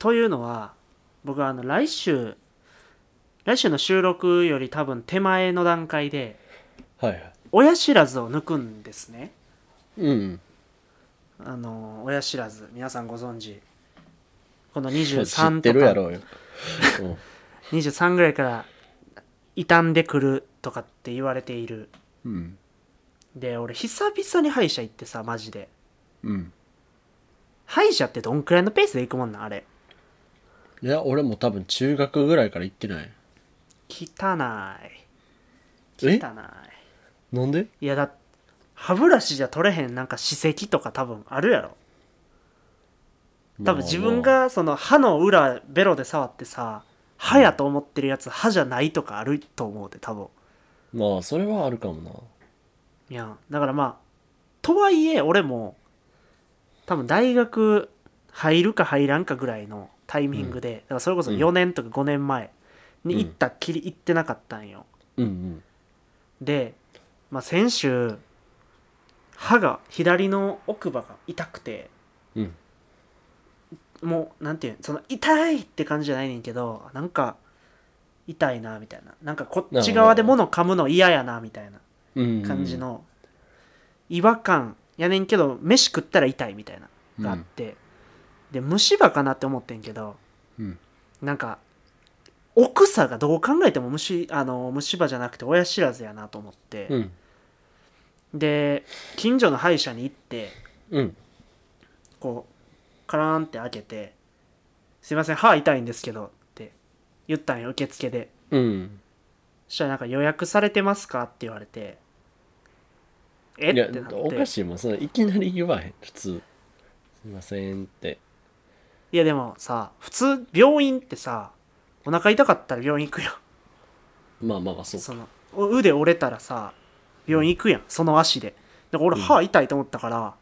というのは僕はあの来週来週の収録より多分手前の段階ではいはい。親知らずを抜くんですねうんあの親知らず皆さんご存知このうん、 知23ってとるやかろ うよ。うん23ぐらいから傷んでくるとかって言われているうんで俺久々に歯医者行ってさマジでうん、歯医者ってどんくらいのペースで行くもんなんあれいや俺も多分中学ぐらいから行ってない。汚い汚えなんでいいやだ歯ブラシじゃ取れへんなんか歯石とか多分あるやろ多分自分がその歯の裏ベロで触ってさ歯やと思ってるやつ歯じゃないとかあると思うで多分まあまあそれはあるかもな。いやだからまあとはいえ俺も多分大学入るか入らんかぐらいのタイミングで、だからそれこそうん4年とか5年前にうん行ったっきり行ってなかったんよ、うんで、まあ、先週歯が左の奥歯が痛くてうんうんもうなんていうんその痛いって感じじゃないねんけどなんか痛いなみたいななんかこっち側で物噛むの嫌やなみたいなうんうん感じの違和感やねんけど飯食ったら痛いみたいなのがあって、で虫歯かなって思ってんけどうんなんか奥さがどう考えても虫あの虫歯じゃなくて親知らずやなと思って、うんで近所の歯医者に行ってうんこうカラーンって開けて「すいません歯痛いんですけど」って言ったんよ受付でうん。そしたらなんか予約されてますかって言われてえっいやてなっ、おかてしいもん。そのいきなり言わへん、普通。すいませんって。いやでもさ普通病院ってさお腹痛かったら病院行くやんまあまあ、そうか。そのお腕折れたらさ病院行くやんその足でだから俺うん歯痛いと思ったから、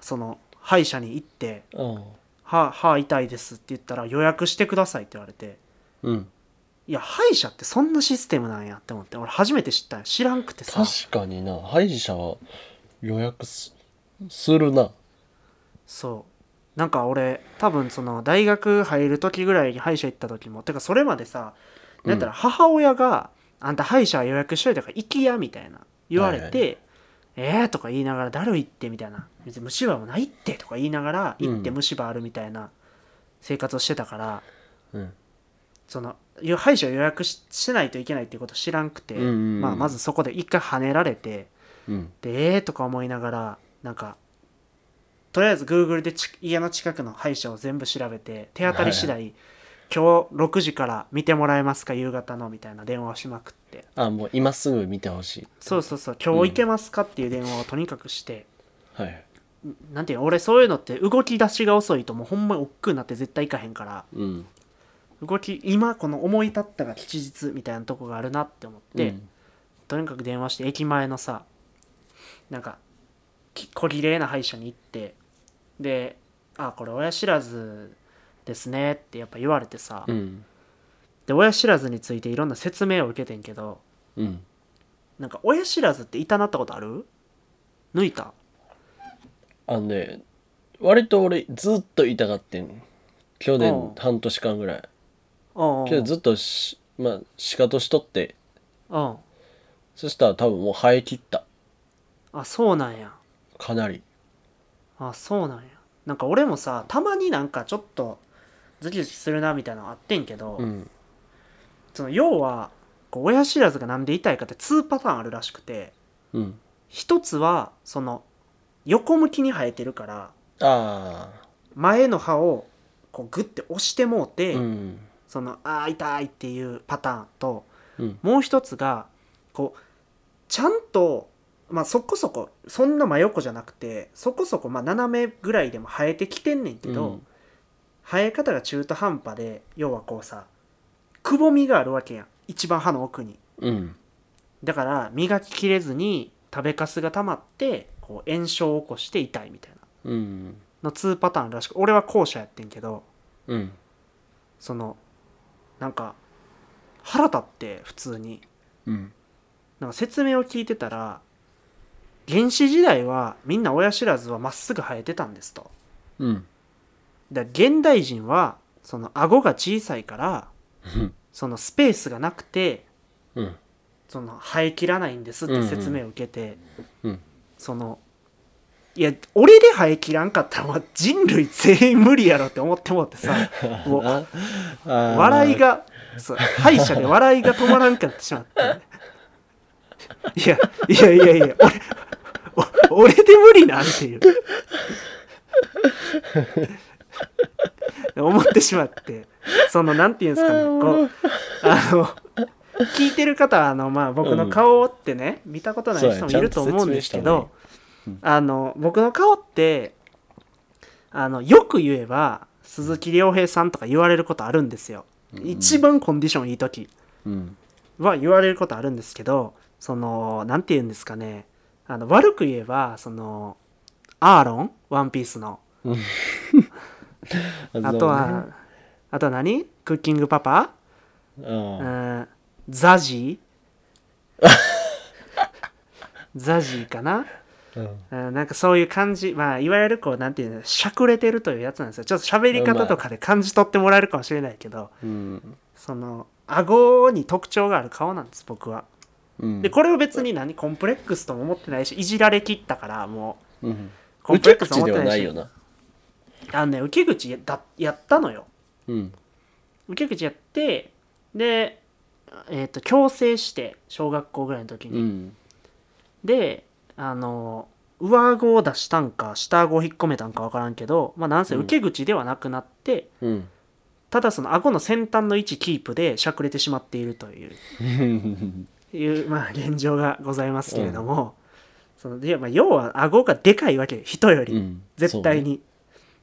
その歯医者に行ってああ。歯歯痛いですって言ったら予約してくださいって言われてうん。いや歯医者ってそんなシステムなんやって思って俺初めて知ったんや知らんくてさ確かにな、歯医者は予約すするな。そうなんか俺多分その大学入る時ぐらいに歯医者行った時もてかそれまでさうんなんやったら母親が「あんた歯医者予約しといたから行きや」みたいな言われて「えー」とか言いながら「だるいって」みたいな「別に虫歯もないって」とか言いながらうん行って虫歯あるみたいな生活をしてたから、うん。そのよ歯医者予約ししてないといけないっていうこと知らんくて、うんうんうんまあ、まずそこで一回跳ねられて。うん。でえーとか思いながらなんかとりあえず Google でち家の近くの歯医者を全部調べて手当たり次第、今日6時から見てもらえますか夕方のみたいな電話をしまくってあ、もう今すぐ見てほしい。そうそうそう今日行けますかっていう電話をとにかくして、はい。なんていうの俺そういうのって動き出しが遅いともうほんまに億劫になって絶対行かへんからうん。動き今この思い立ったが吉日みたいなとこがあるなって思って、うんとにかく電話して駅前のさなんかき小綺麗な歯医者に行ってで「あこれ親知らずですね」ってやっぱ言われてさ、うん。で親知らずについていろんな説明を受けてんけどうん。なんか親知らずって痛なったことある抜いたあのね、割と俺ずっと痛がってん。去う年ん半年間ぐらい。うんうんけどずっとし、まあ、仕方しとって、うんそしたら多分もう生え切った。あそうなんやかなり。あそうなんやなんか俺もさたまになんかちょっとズキズキするなみたいなのあってんけど、うん。その要はこう親知らずがなんで痛いかって2パターンあるらしくてうん。一つはその横向きに生えてるからああ。前の歯をこうグッて押してもうて、うん。そのあー痛いっていうパターンとうん。もう一つがこうちゃんと、まあ、そこそこそんな真横じゃなくてそこそこまあ斜めぐらいでも生えてきてんねんけど、うん生え方が中途半端で要はこうさくぼみがあるわけやん一番歯の奥に。うん。だから磨ききれずに食べかすが溜まってこう炎症を起こして痛いみたいなうん。の2パターンあるらしく俺は後者やってんけどうん。そのなんか腹立って普通にうん。なんか説明を聞いてたら原始時代はみんな親知らずはまっすぐ生えてたんですとうん。だ現代人はその顎が小さいからそのスペースがなくてうん。その生えきらないんですって説明を受けて、うん。そのいや俺で生えきらんかったら、まあ、人類全員無理やろって思ってもってさもうああー笑いがそう歯医者で笑いが止まらんかってしまっていやいやいやいや俺お俺で無理なんていう思ってしまってそのなんていうんですかねこうあの聞いてる方はあの、まあ、僕の顔ってね、見たことない人もいると思うんですけど、そうやちゃんと説明した方がいいうんあの僕の顔ってあのよく言えば鈴木亮平さんとか言われることあるんですよ、うん一番コンディションいい時うんは言われることあるんですけどそのなんて言うんですかねあの悪く言えばそのアーロンワンピースのあとはあとは何クッキングパパうんうんザジー ザジーかな、うんうん、なんかそういう感じまあいわゆるこうなんていうのしゃくれてるというやつなんですよちょっと喋り方とかで感じ取ってもらえるかもしれないけどうんその顎に特徴がある顔なんです僕はうんでこれを別に何コンプレックスとも思ってないしいじられきったからもうんうコン受プレけックスと口思っでてはなないいしよなあのね受け口やだやったのようん受け口やってでえっ、と矯正して小学校ぐらいの時に、うんであの上顎を出したんか下顎を引っ込めたんか分からんけどまあなんせ受け口ではなくなって、うんただその顎の先端の位置キープでしゃくれてしまっているといういう、まあ、現状がございますけれども、そのでまあ、要は顎がでかいわけ人より、うん絶対に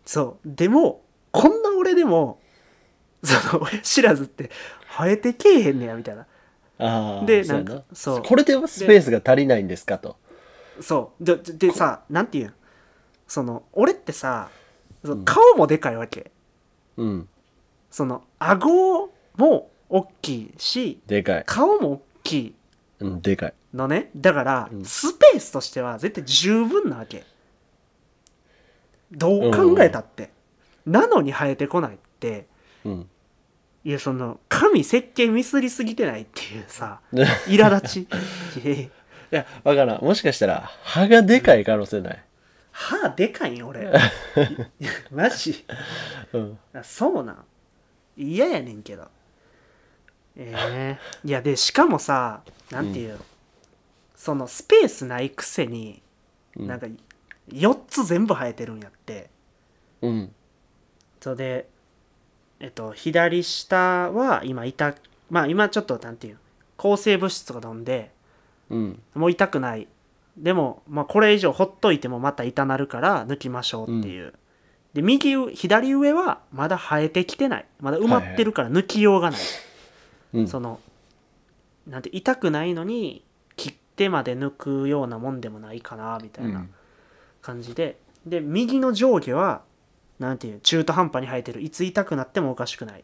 そう,、でもこんな俺でもその親知らずって生えてけえへんねやみたいなそうねああでそうやなんかそうこれではスペースが足りないんですかとそうでででさなんていうんその俺ってさそのうん顔もでかいわけ、うんその顎も大きいしでかい、顔も大きいうん、でかいのねだから、うんスペースとしては絶対十分なわけどう考えたって、なのに生えてこないってうんいやその神設計ミスりすぎてないっていうさ苛立ちいやいやいや、わからん。もしかしたら、歯がでかい可能性ない。歯でかいん 俺いやマジうん。あそうなん嫌やねんけどええいやでしかもさなんていう、そのスペースないくせにうんなんか4つ全部生えてるんやってうん。それでえっと左下は今痛まあ今ちょっとなんていう抗生物質とか飲んでうん。もう痛くないでも、まあ、これ以上ほっといてもまた痛なるから抜きましょうっていう、で右う左上はまだ生えてきてないまだ埋まってるから抜きようがない、うん。そのなんて痛くないのに切ってまで抜くようなもんでもないかなみたいな感じで、で右の上下はなんていう中途半端に生えてるいつ痛くなってもおかしくない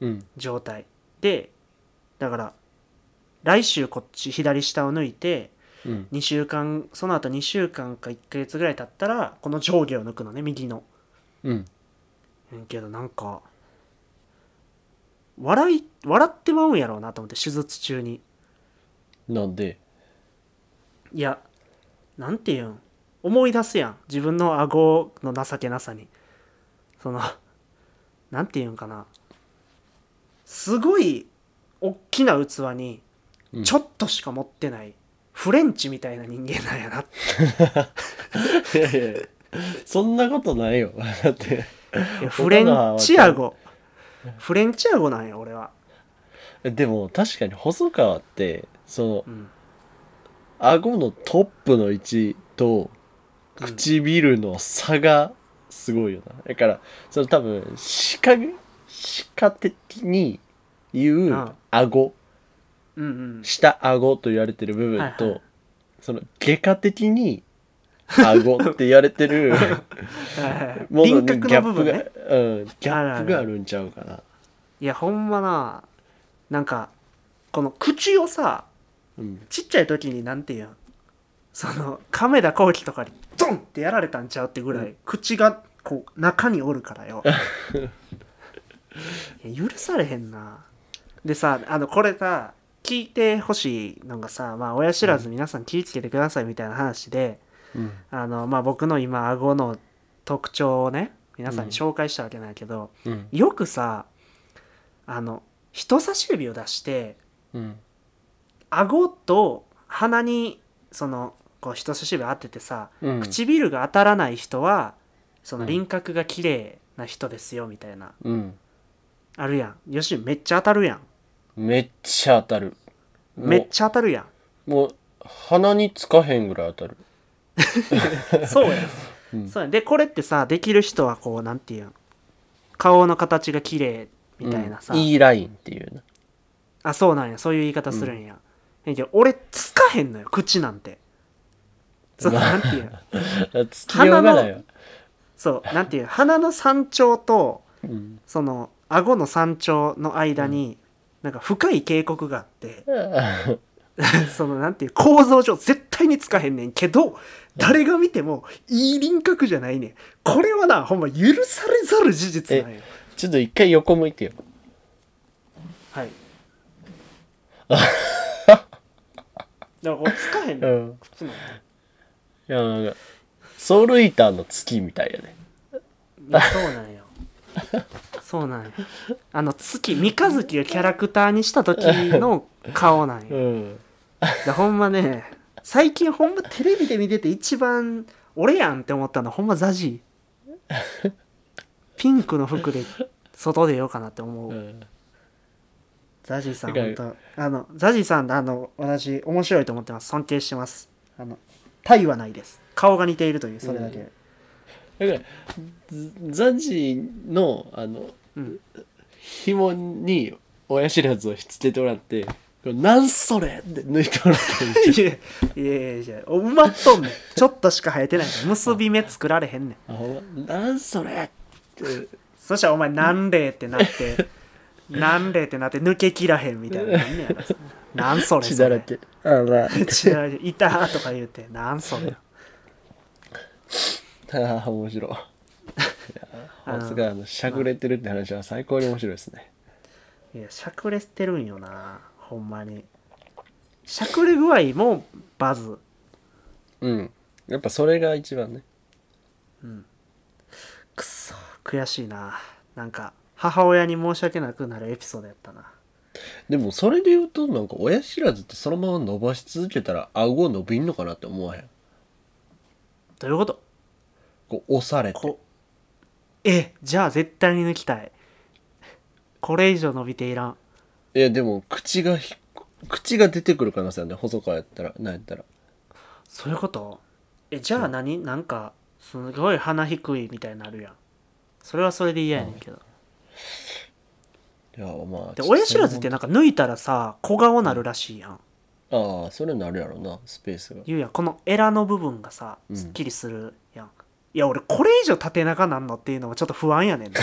うん。状態でだから来週こっち左下を抜いてうん。 2週間その後2週間か1ヶ月ぐらい経ったらこの上下を抜くのね右のうん。うんけどなんか笑い笑ってまうんやろうなと思って手術中になんで、いやなんていうん思い出すやん自分の顎の情けなさにそのなんていうんかなすごい大きな器にうんちょっとしか持ってないフレンチみたいな人間なんやなっていやいやそんなことないよ。だって、いやフレンチアゴフレンチアゴなんや俺は、でも確かに細川って、そのう、ん、顎のトップの位置と唇の差がすごいよな。だから、その多分、歯科、歯科的に言あうあ顎。うん うん下顎と言われてる部分と、はいはその外科的に顎って言われ てるはいはいはいもの輪に郭ギャのッ部プ分が、ねうん、ギャップがあるんちゃうかな。いやほんまななんかこの口をさうん、ちっちゃい時になんていうんその亀田光輝とかにドンってやられたんちゃうってぐらい、口がこう中におるから よいや許されへんなでさあのこれさ聞いてほしいのがさまあ親知らず皆さん気ぃつけてくださいみたいな話で、うん、あのまあ僕の今顎の特徴をね皆さんに紹介したわけなんやけど、うん、よくさあの人差し指を出してうん、顎と鼻にそのこう人差し指当ててさ、うん、唇が当たらない人はそのうん輪郭が綺麗な人ですよみたいな、うん、あるやんよしめっちゃ当たるやんめっちゃ当たる。もうめっちゃ当たるやんもう鼻につかへんぐらい当たる。そうやん、 うんそうやんでこれってさできる人はこうなんていうん顔の形が綺麗みたいなさ、うん、いいラインっていうな。あそうなんやそういう言い方するんや、えんけど俺つかへんのよ口なんてそのなんていうんつきようがないわ。そうなんていう鼻の山頂とうん、その顎の山頂の間に、なんか深い渓谷があって そのなんていう構造上絶対につかへんねんけど誰が見てもいい輪郭じゃないねんこれはなほんま許されざる事実なんよちょっと一回横向いてよ。 はいだからこれつかへんうねんん。靴なんていや、なんか、ソウルイーターの月みたいやね。いやそうなんよ そうなんよあの月三日月をキャラクターにした時の顔なんようん。だほんまね最近ほんまテレビで見てて一番 俺やんって思ったのほんまザジーピンクの服で外出ようかなって思う、うんザジーさんてか本当あのザジーさんあの私面白いと思ってます尊敬してますあの体はないです顔が似ているというそれだけ、うだからずザジのあの、うん紐に親知らずをひっつけてもらって「これなんそれ!」って抜いてもらってる いやいやいやいや埋まっ とんねんちょっとしか生えてないから結び目作られへんねんあほんまなんそれ!」ってそしたらお前何例ってな って何例ってなって抜けきらへんみたいななんねやろなんそれそれ血だらけあまあ血だらけいたーとか言うてなんそれあー 面白いいあやのさすがあのしゃぐれてるって話は最高に面白いですねいやしゃくれしてるんよなほんまにしゃくれ具合もバズうんやっぱそれが一番ねくそ悔しいななんか母親に申し訳なくなるエピソードやったなでもそれで言うとなんか親知らずってそのまま伸ばし続けたら顎伸びんのかなって思わへんどういうことこう押されてこえじゃあ絶対に抜きたいこれ以上伸びていらんいやでも口がひ口が出てくる可能性あるね細川やったらなんやったらそういうことえじゃあ何なんかすごい鼻低いみたいになるやんそれはそれで嫌やねんけど、いやまあで親知らずってなんか抜いたらさ小顔なるらしいやんああそれなるやろなスペースが言うやんこのエラの部分がさうんすっきりするやん、いや俺これ以上縦長なんのっていうのもちょっと不安やね んな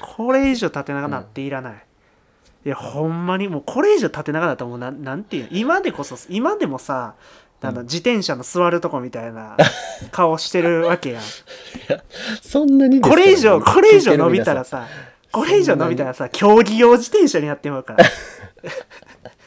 これ以上縦長なっていらない、いやほんまにもうこれ以上縦長だったらもうなんなんていうの今でこそ今でもさあの自転車の座るとこみたい な顔してるわけやんそんなにですこかられ以上これ以上伸びたら聞いさこれ以上伸びたらさ競技用自転車になってまう から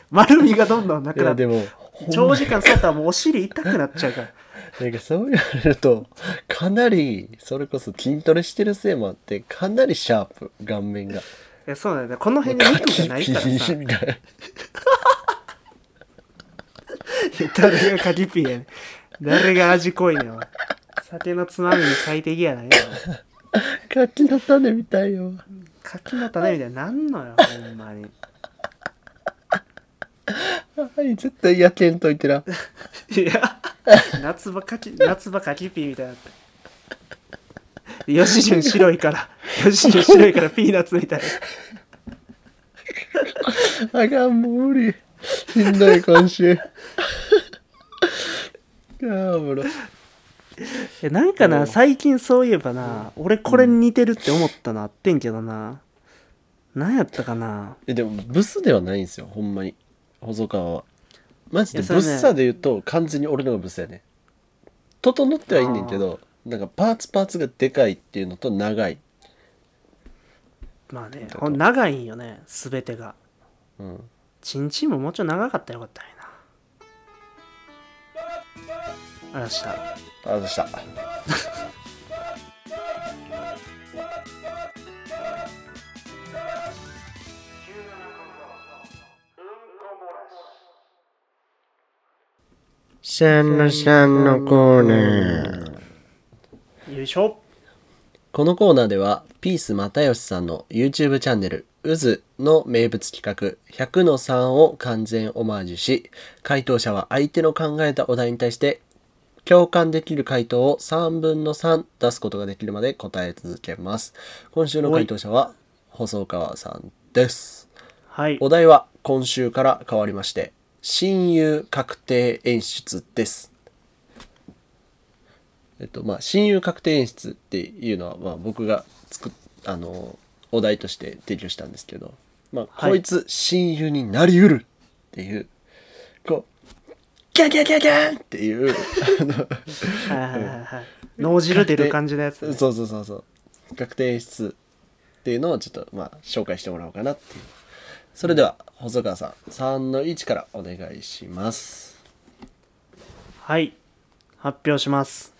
丸みがどんどんなてくるなって皆さんいやでもほん長時間座ったらもうお尻痛くなっち ゃうからなんかそう言われるとかなりそれこそ筋トレしてるせいもあってかなりシャープ顔面がえそうなんだよねこの辺に肉がないからさカキ ピーみたいな誰がカキピーやねん誰が味濃いねんおい酒のつまみに最適やないよ柿の種みたいよ柿の種みたいになんのよほんまにはい絶対焼けんといてないや夏場柿夏場柿ピーみたいになってよしじゅん白いからよしじゅん白いからピーナッツみたいなあかん、もう無理。しんどい、今週。ああ、おもろい。えなんかうなん最近そういえばな俺これに似てるって思ったのあってんけどな何やったかなえ、でも、ブスではないんですよ、ほんまに。細川は。マジで、いやそブれねスさで言うと、完全に俺のがブスやね。整ってはいいねんけど、なんか、パーツパーツがでかいっていうのと、長い。まあねと、ほん長いんよね、すべてが。うん。ちんちんももうちょい長かったらよかったのにな。ありがとうございました。ありがとうございました。シャンのシャンのコーナー。よいしょ。このコーナーではピース又吉さんの YouTube チャンネル「渦の名物企画100の3を完全オマージュし回答者は相手の考えたお題に対して共感できる回答を3分の3出すことができるまで答え続けます今週の回答者は細川さんですはいお。題は今週から変わりまして親友確定演出です。えっとまあ親友確定演出っていうのはまあ僕が作っあのお題として提供したんですけど、まあはいこいつ親友になりうるっていうこうギャギャギャギャンっていう あのはいはいはいはい。脳汁出る感じのやつね。そうそうそうそう確定演出っていうのをちょっとまあ紹介してもらおうかなっていうそれでは細川さん3の1からお願いしますはい。発表します。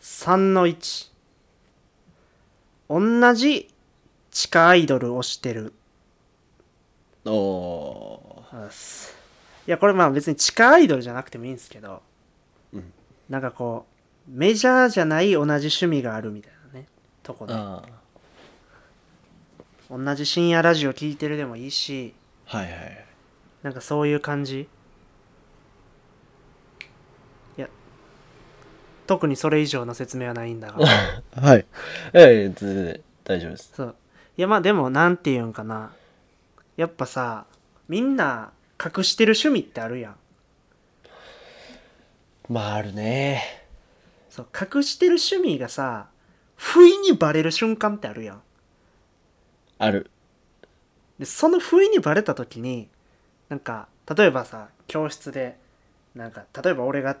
3の1。同じ地下アイドルをしてる。おおあっすいやこれまあ別に地下アイドルじゃなくてもいいんですけど、うんなんかこうメジャーじゃない同じ趣味があるみたいなねとこでああ同じ深夜ラジオ聞いてるでもいいしはいはいなんかそういう感じいや特にそれ以上の説明はないんだ がはいええ全然大丈夫ですそういやまあでもなんていうんかなやっぱさみんな隠してる趣味ってあるやんまああるねそう隠してる趣味がさ不意にバレる瞬間ってあるやんあるでその不意にバレた時になんか例えばさ教室でなんか例えば俺が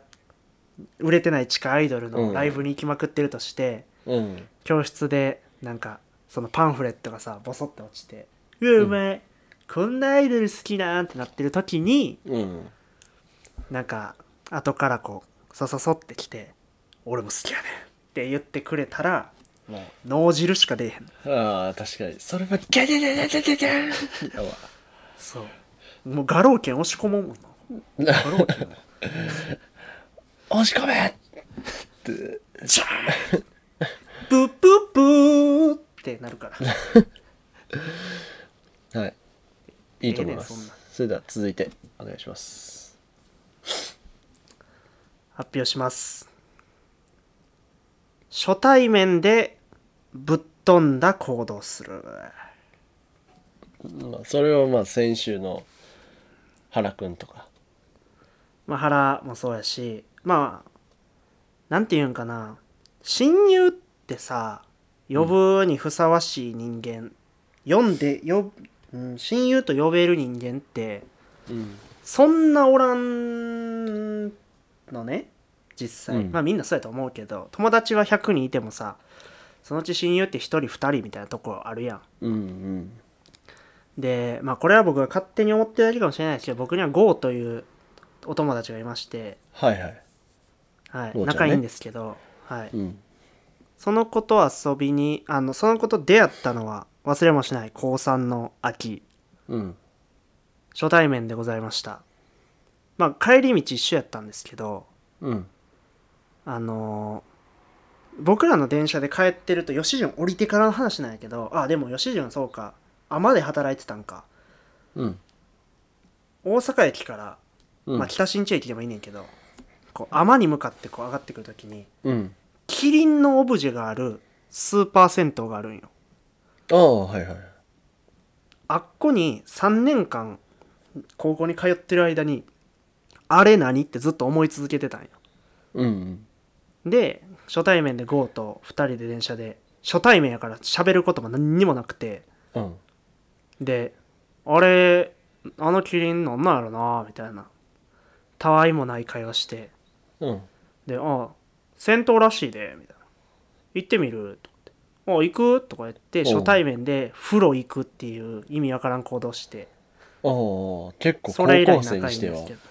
売れてない地下アイドルうのんライブに行きまくってるとして、うん教室でなんかそのパンフレットがさボソって落ちて「うわお前、こんなアイドル好きなん」ってなってる時にうんなんか後からこうそそそってきて「俺も好きやねん」って言ってくれたらまあ脳汁しか出えへんああ確かにそれはギャギャギャギャギャギャギャやわそうもう画廊券押し込もうもんな画廊券を押し込め ジャーンブッブッブーってなる からはいいいと思いまええねんそんすなんそれでは続いてお願いします発表します初対面でぶっ飛んだ行動するまあそれをまあ先週の原くんとかまあ原もそうやしまあなんていうんかな親友ってさ呼ぶにふさわしい人間、読んで呼ぶ、うん、親友と呼べる人間ってうんそんなおらんのね実際、うんまあみんなそうやと思うけど友達は100人いてもさそのうち親友って1人2人みたいなとこあるやんうんでまあこれは僕が勝手に思ってるだけかもしれないですけど僕には GO というお友達がいまして、はいはいはい GO ちゃんね仲いいんですけど、はいうんその子と遊びにあのその子と出会ったのは忘れもしない高3の秋うん初対面でございましたまあ帰り道一緒やったんですけどうんあのー僕らの電車で帰ってると吉純降りてからの話なんやけどあでも吉純そうかまで働いてたんかうん大阪駅から、うんまあ、北新地駅でもいいねんけどこう尼に向かってこう上がってくるときにうんキリンのオブジェがあるスーパー銭湯があるんよああはいはいあっこに3年間高校に通ってる間にあれ何ってずっと思い続けてたんようんで初対面でゴーと2人で電車で初対面やから喋ることも何にもなくてうんうんで「あれあのキリンなんなんやろな」みたいなたわいもない会話してうんで「あ戦闘らしいで」みたいな「行ってみる?」とかって「あ行く?」とか言っておう初対面で風呂行くっていう意味わからん行動してああ結構それ以高来校仲い生いんでにすしてけはど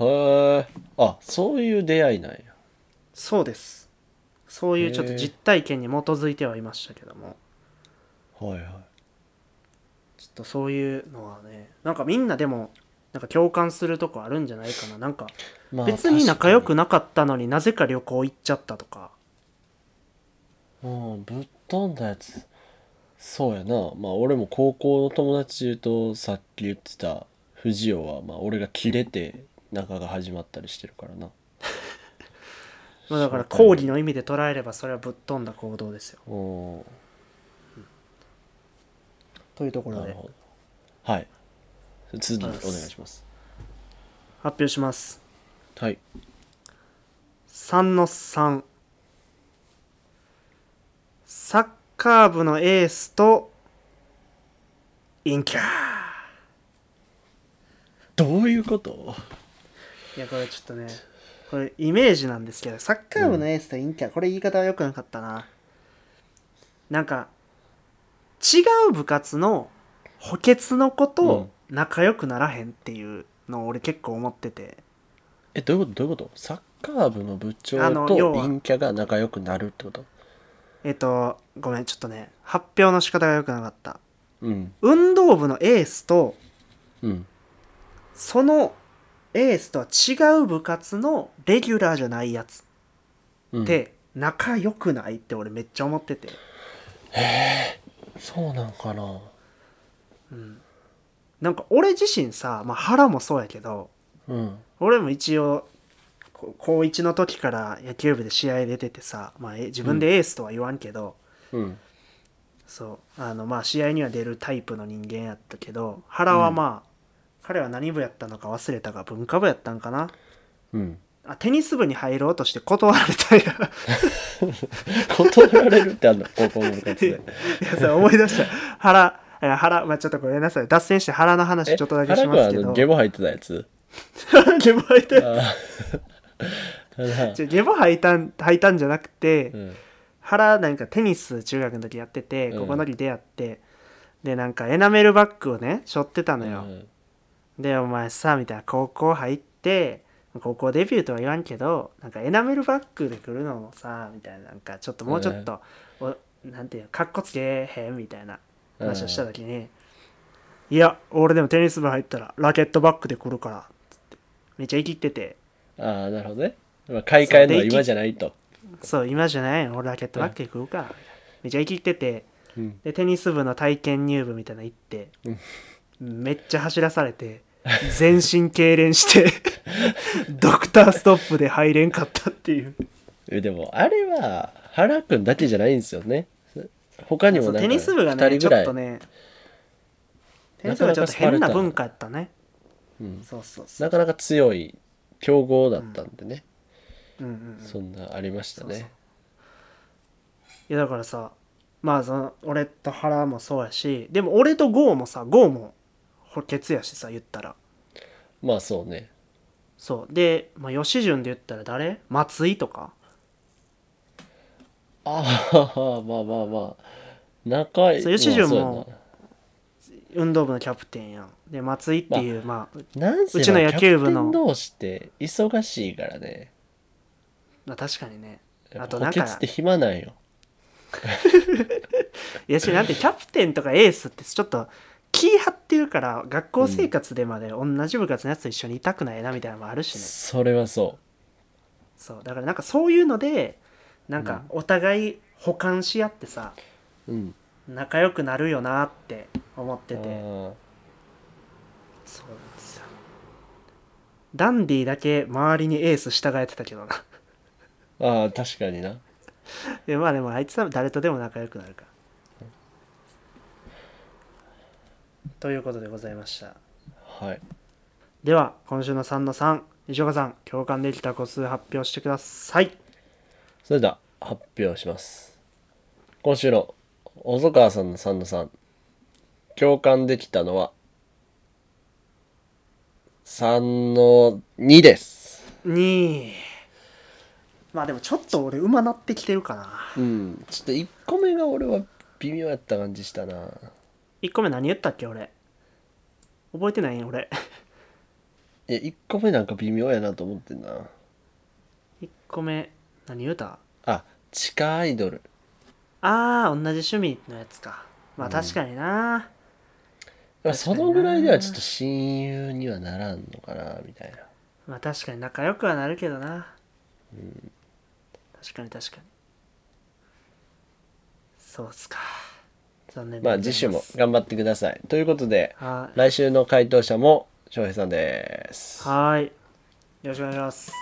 へえあそういう出会いなんやそうですそういうちょっとへえ実体験に基づいてはいましたけどもはいはちょっとそういうのはねなんかみんなでもなんか共感するとこあるんじゃないかななんかい、まあ別に仲良くな、なかったのになぜか旅行行っちゃったとかうん、ぶっ飛んだやつそうやなまあ俺も高校の友達で言うとさっき言ってた藤尾はまあ俺が切れて仲が始まったりしてるからなまあ、だからそうだね抗議の意味で捉えればそれはぶっ飛んだ行動ですよおというところなるでほどはい次おあ願りがというございますします発表しますはい3の3サッカー部のエースと陰キャーどういうこといやこれちょっとねこれイメージなんですけどサッカー部のエースとインキャ、これ言い方は良くなかったななんか違う部活の補欠の子と仲良くならへんっていうのを俺結構思ってて、えどういうことどういうことサッカー部の部長あの要とは陰キャが仲良くなるってことえっとごめんちょっとね発表の仕方が良くなかったうん運動部のエースとうんそのエースとは違う部活のレギュラーじゃないやつうんって仲良くないって俺めっちゃ思っててそうなんかななんか俺自身さ、まあ、原もそうやけどうん俺も一応こ高1の時から野球部で試合出ててさ、まあ、え自分でエースとは言わんけど、うんそうあのまあ試合には出るタイプの人間やったけど原はまあ、彼は何部やったのか忘れたが文化部やったんかなうん あテニス部に入ろうとして断られたんや断られるってあんの高校の部活でいやそれ思い出した原え原、まあ、ちょっとごめんなさい脱線して原の話ちょっとだけしますけどえ原君はあのゲボ吐いてたやつ ゲボ吐いたあーちょゲボ吐いたん吐いたんじゃなくて、うん原なんかテニス中学の時やっててうんここの時出会って、でなんかエナメルバッグをね背負ってたうのよ、んでお前さみたいな高校入って高校デビューとは言わんけどなんかエナメルバッグで来るのもさみたいななんかちょっともうちょっと、おなんていうのかっこつけへんみたいな話をした時に、いや俺でもテニス部入ったらラケットバッグで来るからっつってめっちゃ生きっててああなるほどね、まあ、買い替えるのは今じゃないとそう今じゃない俺ラケットバッグで来るから、めっちゃ生きっててうんでテニス部の体験入部みたいなの行って、めっちゃ走らされて全身痙攣してドクターストップで入れんかったっていうえでもあれは原君だけじゃないんですよね他にもそなうんかテニス部がね2ち人ぐょらっいとねテニス部がちょっと変な文化やったねうんそうそうそうなかなか強い強豪だったんでね、うんうんうんそんなありましたそうそうねいやだからさまあその俺と原もそうやしでも俺とゴーもさゴーも補欠やしさ言ったらまあそうねそうで、まあ、吉潤で言ったら誰松井とかああまあまあまあ仲いいそう吉純もまあそう運動部のキャプテンやんで松井っていう、まあ、やななんせうちのまあ野球部のキャプテン同士って忙しいからねまあ確かにねあと補なん欠かって暇なんよいやしなんてキャプテンとかエースってちょっと気張ってるから学校生活でまで同じ部活のやつと一緒にいたくないなみたいなのもあるしね、それはそそうだからなんかそういうのでなんかお互い補完し合ってさううん仲良くなるよなって思ってあてーそうなんですよダンディだけ周りにエース従えてたけどなあー確かになでまあでもあいつは誰とでも仲良くなるからということでございましたはいでは今週の3の3西岡さん共感できた個数発表してくださいそれでは発表します今週の細川さんの3の3共感できたのは3の2です2まあでもちょっと俺馬なってきてるかなうんちょっと1個目が俺は微妙やった感じしたな1個目何言ったっけ俺覚えてない俺 いや1個目なんか微妙やなと思ってんな1個目何言うたあ地下アイドルあー同じ趣味のやつかまあ確かにな、やっぱそのぐらいではちょっと親友にはならんのかなみたいなまあ確かに仲良くはなるけどな、確かに確かにそうっすか残念でまあござい次す週も頑張ってくださいということでは来週の回答者も翔平さんですはーい。よろしくお願いします。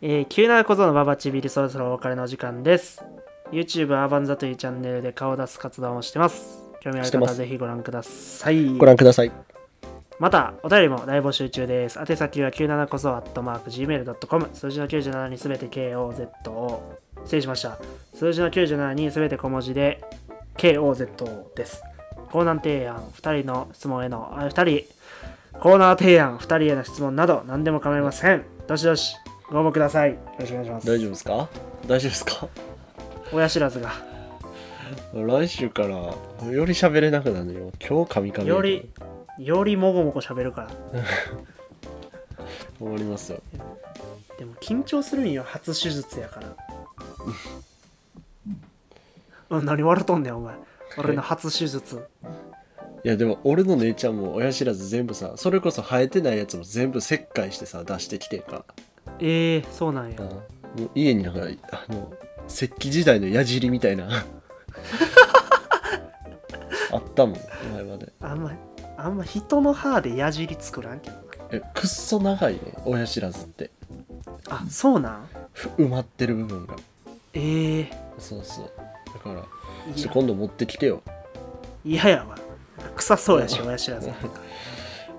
えー、急な小僧のババチビリそろそろお別れのお時間です。YouTube アーバンザというチャンネルで顔を出す活動もしてます。興味あるして方まはすぜひご覧ください。ご覧ください。また、お便りも大募集中です。宛先は97こそ、アットマーク、gmail.com、数字の97にすべて KOZO。失礼しました。数字の97にすべて小文字で KOZO です。コーナー提案、2人の質問への、あ、2人、コーナー提案、2人への質問など、何でも構いません。どしどし、ご応募ください。よろしくお願いします。大丈夫ですか大丈夫ですか親知らずが、来週からより喋れなくなるよ。今日カミカミ。より、よりもごもご喋るから。終わりますよ。でも緊張するんよ初手術やからうん何笑っとんねんお前俺の初手術いやでも俺の姉ちゃんも親知らず全部さ、それこそ生えてないやつも全部切開してさ、出してきてんか。えー、そうなんや。うん家にだからあの石器時代の矢尻みた いなあったもん前まであんま、あんま人の歯で矢尻作らんけどな。えくっそ長いね親知らずってあ、そうなんふ埋まってる部分がえー、そうそうだからちょっとい今度持ってきてよや嫌やわ。臭そうやし、親知らず。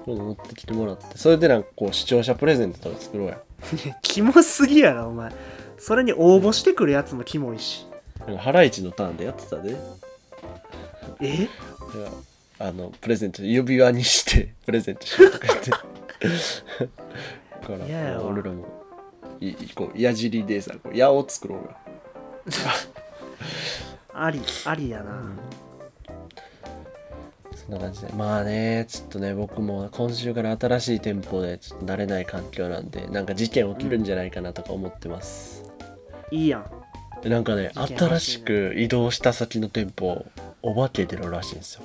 今度持ってきてもらってそれでなんかこう視聴者プレゼントとか作ろうやいやキモすぎやろ、お前。それに応募してくるやつもキモいし。なんかハライチのターンでやってたで、えいやあのプレゼント指輪にして プレゼントしようとか言ってだからいややわ俺らもいいこう矢尻でさこう矢を作ろうよあり、ありやな。そんな感じでまあねちょっとね僕も今週から新しい店舗でちょっと慣れない環境なんでなんか事件起きるんじゃないかなとか思ってます、いいやん。なんかね事件新しく移動した先の店舗お化け出るらしいんですよ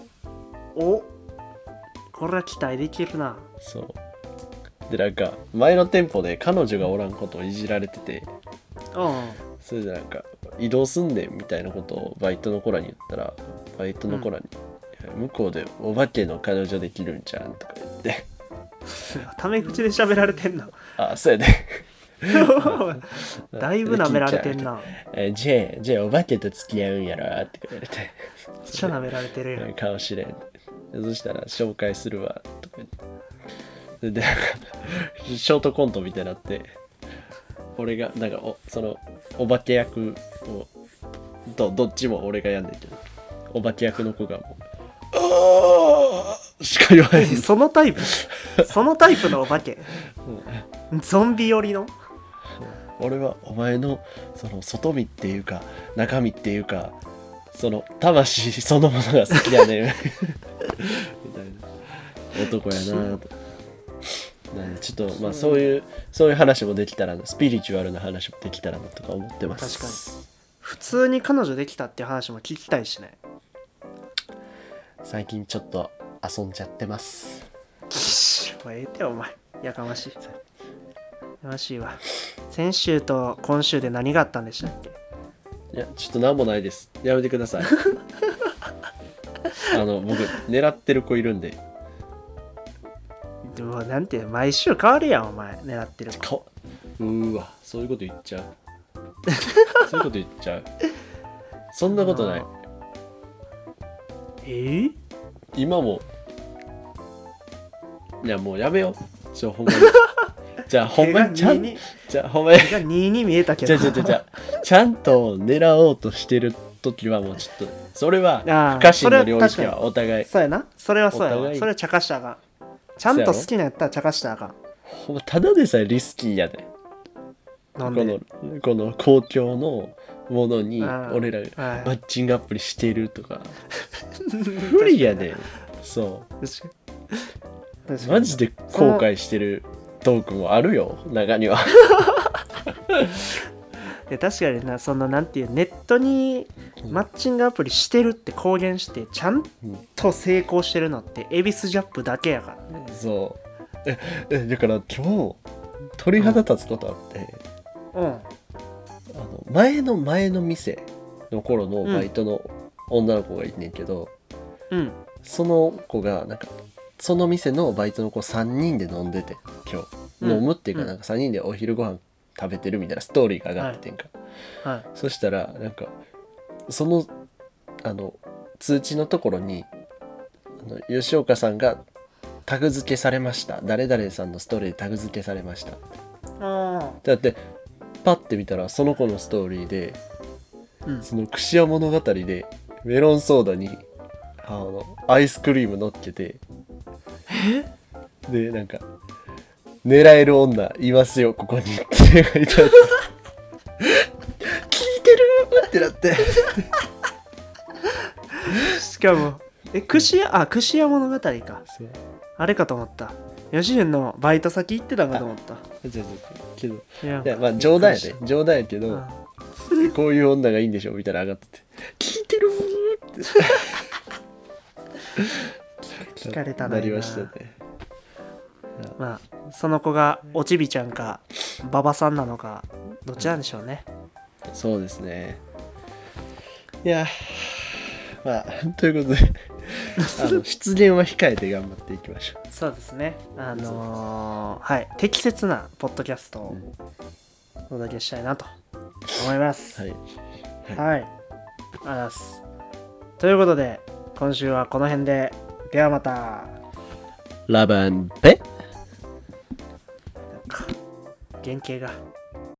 おこれは期待できるな。そうでなんか前の店舗で彼女がおらんことをいじられててうん。それでなんか移動すんねんみたいなことをバイトの子らに言ったらバイトの子らに「いや向こうでお化けの彼女できるんじゃん」とか言ってタメ口で喋られてん な。 「あそうやで、だいぶ舐められてんな。えじゃあじゃあお化けと付き合うんやろ」って言われてめっちゃ舐められてるやん。 「顔しれん」そしたら「紹介するわ」とか言ってそれでなんかショートコントみたいになって俺がなんかおそのお化け役をとどっちも俺がやんねんけどお化け役の子がもう「ああ!」しか言わへんそのタイプそのタイプのお化けゾンビ寄りの俺はお前のその外見っていうか中身っていうかその魂そのものが好きやねんみたいな男やなと。なんでちょっとまあそういうそういう話もできたらなスピリチュアルな話もできたらなとか思ってます普通に彼女できたっていう話も聞きたいしね。最近ちょっと遊んじゃってますきっしもうええてお前。やかましい。やかましいわ。先週と今週で何があったんでしたっけいやちょっと何もないですやめてくだ さいあの僕狙ってる子いるんででもなんて毎週変わるやんお前狙ってる子かうーわそういうこと言っ ちゃうそういうこと言っちゃうそんなことないあえー、今もいやもうやめようじゃあほんま にじゃあほんまにちゃ手が2んにじゃあほんまに手が2に見えたけじどゃあじゃあじゃあじゃあちゃんと狙おうとしてる時はもうちょっとそれあはー不可侵の領そ域れは確かはお互いそうやなそれはそうやお互わいそれは茶化したらあかんちゃんと好きなやったら茶化したらあかんほんまただでさえリスキーやで、ね、なこんでのこの公共のものにあー俺らはいマッチングアプリしてるとか不利やで、そう確かに確かにマジで後悔してるトークもあるよ中に はいや確かになそのなんていうネットにマッチングアプリしてるって公言してちゃんと成功してるのって恵比寿ジャップだけやからねそうええだから今日鳥肌立つことあって、うんあの前の前の店の頃のバイトの女の子がいんねんけど、うんその子がなんかその店のバイトの子3人で飲んでて今日、うん飲むっていうかうんなんか3人でお昼ご飯食べてるみたいなストーリーが上がっててんか、はいそしたらなんかそのあの通知のところにあの吉岡さんがタグ付けされました誰々さんのストーリーでタグ付けされましたあだってパッて見たらその子のストーリーでうんその串屋物語でメロンソーダにあのアイスクリーム乗っけてでなんか「狙える女いますよここに」って書 いてあって聞いてるってな ってしかもえ串屋あ串屋物語かあれかと思った吉純のバイト先行ってたんかと思ったじゃじゃけどいいややまあ冗談やびっでく冗談やけうどんこういう女がいいんでしょみたいなの上がってて「聞いてる!」って 聞かれたのなにりなましたねまあその子がおちびちゃんか馬場さんなのかどっちなんでしょうねそうですね。いやー、まあ、という ことで、あの失言は控えて頑張っていきましょそうですねあのーはい適切なポッドキャストをお届けしたいなと思いますう。ははい。あい。りがとうございます。ということで、今週はこの辺で、ではまた。ラバンペ原型が。